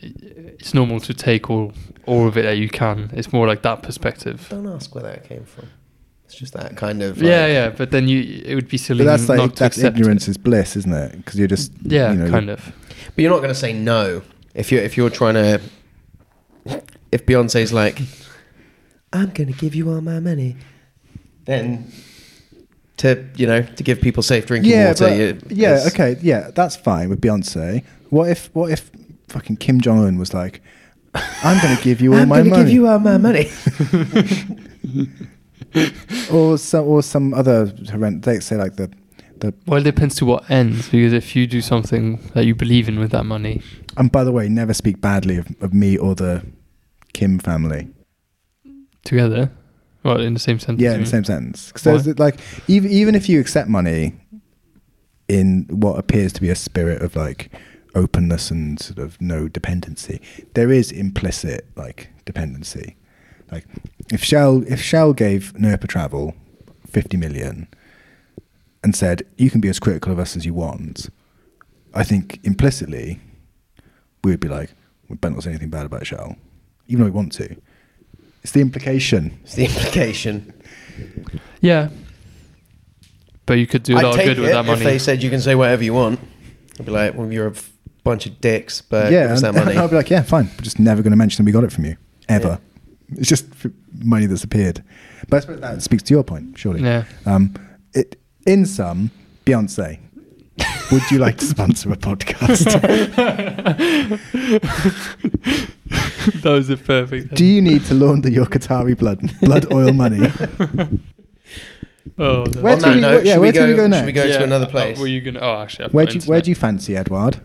A: it's normal to take all all of it that you can. It's more like that perspective.
C: Don't ask where that came from. It's just that kind of.
A: yeah,
C: like-
A: yeah. But then you it would be silly
B: But that's
A: not
B: like
A: to
B: that's
A: accept
B: ignorance
A: It.
B: is bliss, isn't it? Because you're just
A: Yeah,
B: you know,
A: kind of.
C: But you're not going to say no if you're if you're trying to. If Beyonce's like, I'm going to give you all my money, then to you know to give people safe drinking
B: yeah,
C: water.
B: but-
C: you-
B: yeah,
C: is-
B: okay, yeah, that's fine with Beyonce. What if what if fucking Kim Jong Un was like, I'm going to give you all
C: I'm
B: my
C: going to
B: money,
C: give you all my money.
B: or some or some other horrendous. They say like the the
A: Well, it depends to what ends. Because if you do something that you believe in with that money,
B: And by the way, never speak badly of, of me or the Kim family.
A: together, well, in the same sentence.
B: Yeah,
A: you
B: in the
A: mean?
B: same sentence. Because
A: Why?
B: there's like, even, even if you accept money in what appears to be a spirit of like openness and sort of no dependency, there is implicit like dependency. Like if Shell if Shell gave E Nerpa Travel fifty million and said you can be as critical of us as you want, I think implicitly we would be like we better not say anything bad about Shell, even though we want to. It's the implication.
C: It's the implication.
A: Yeah. But you could do a
C: I'd
A: lot of
C: take
A: good with
C: it
A: that
C: if they
A: money.
C: said you can say whatever you want. I'd be like, well, you're a f- bunch of dicks, but yeah, give
B: yeah,
C: us
B: and,
C: that money.
B: I'll be like, yeah, fine. We're just never going to mention that we got it from you ever. It's just f- money that's appeared. But I suppose that speaks to your point, surely.
A: Yeah.
B: Um, it, in sum, Beyonce, would you like to sponsor a podcast?
A: Those are perfect.
B: Do you need to launder your Qatari blood blood oil money?
A: oh, no.
B: Where
C: On
B: do
C: that
B: we-
C: note,
B: yeah,
C: should
B: where do we go
C: Should we
B: next?
C: go
A: Yeah,
C: to another
A: uh,
C: place?
A: were you gonna? Oh, actually, I've
B: Where
A: got
B: do you, where
A: internet.
B: do you fancy Edward?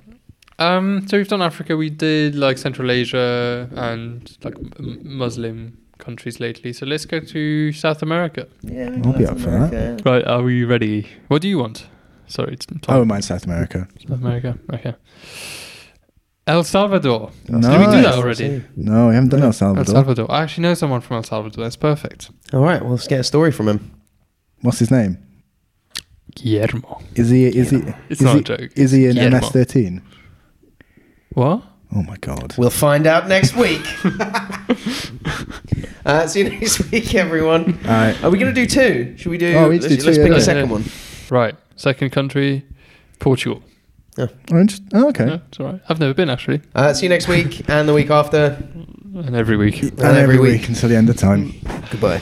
A: Um, so we've done Africa. We did like Central Asia and like m- Muslim countries lately. So let's go to South America.
C: yeah,
B: I'll be up for that.
C: America.
A: Right, are we ready? What do you want? Sorry, it's Tom.
B: Oh, I wouldn't mind South America.
A: South America. Okay. El Salvador. Did we do
B: Nice.
A: that already?
B: No, I haven't done El
A: El
B: Salvador.
A: Salvador. I actually know someone from El Salvador. That's perfect.
C: All right, well, let's get a story from him.
B: What's his name?
A: Guillermo.
B: Is he? Is he?
A: It's
B: is
A: not
B: he,
A: a joke.
B: Is he in
A: Yeah.
B: MS13?
A: What?
B: Oh my god!
C: We'll find out next week. uh, see you next week, everyone.
B: All right.
C: Are we going to do two? Should we do?
B: Oh, we need to
C: let's
B: do
C: let's
B: two,
C: pick
B: yeah.
C: a second
A: Yeah.
C: one.
A: Right. Second country, Portugal.
B: Oh, inter- oh, okay.
A: No, it's all right. I've never been actually,
C: Uh, see you next week and the week after.
A: and every week.
B: And every,
C: every
B: week
C: week.
B: until the end of time.
C: Goodbye.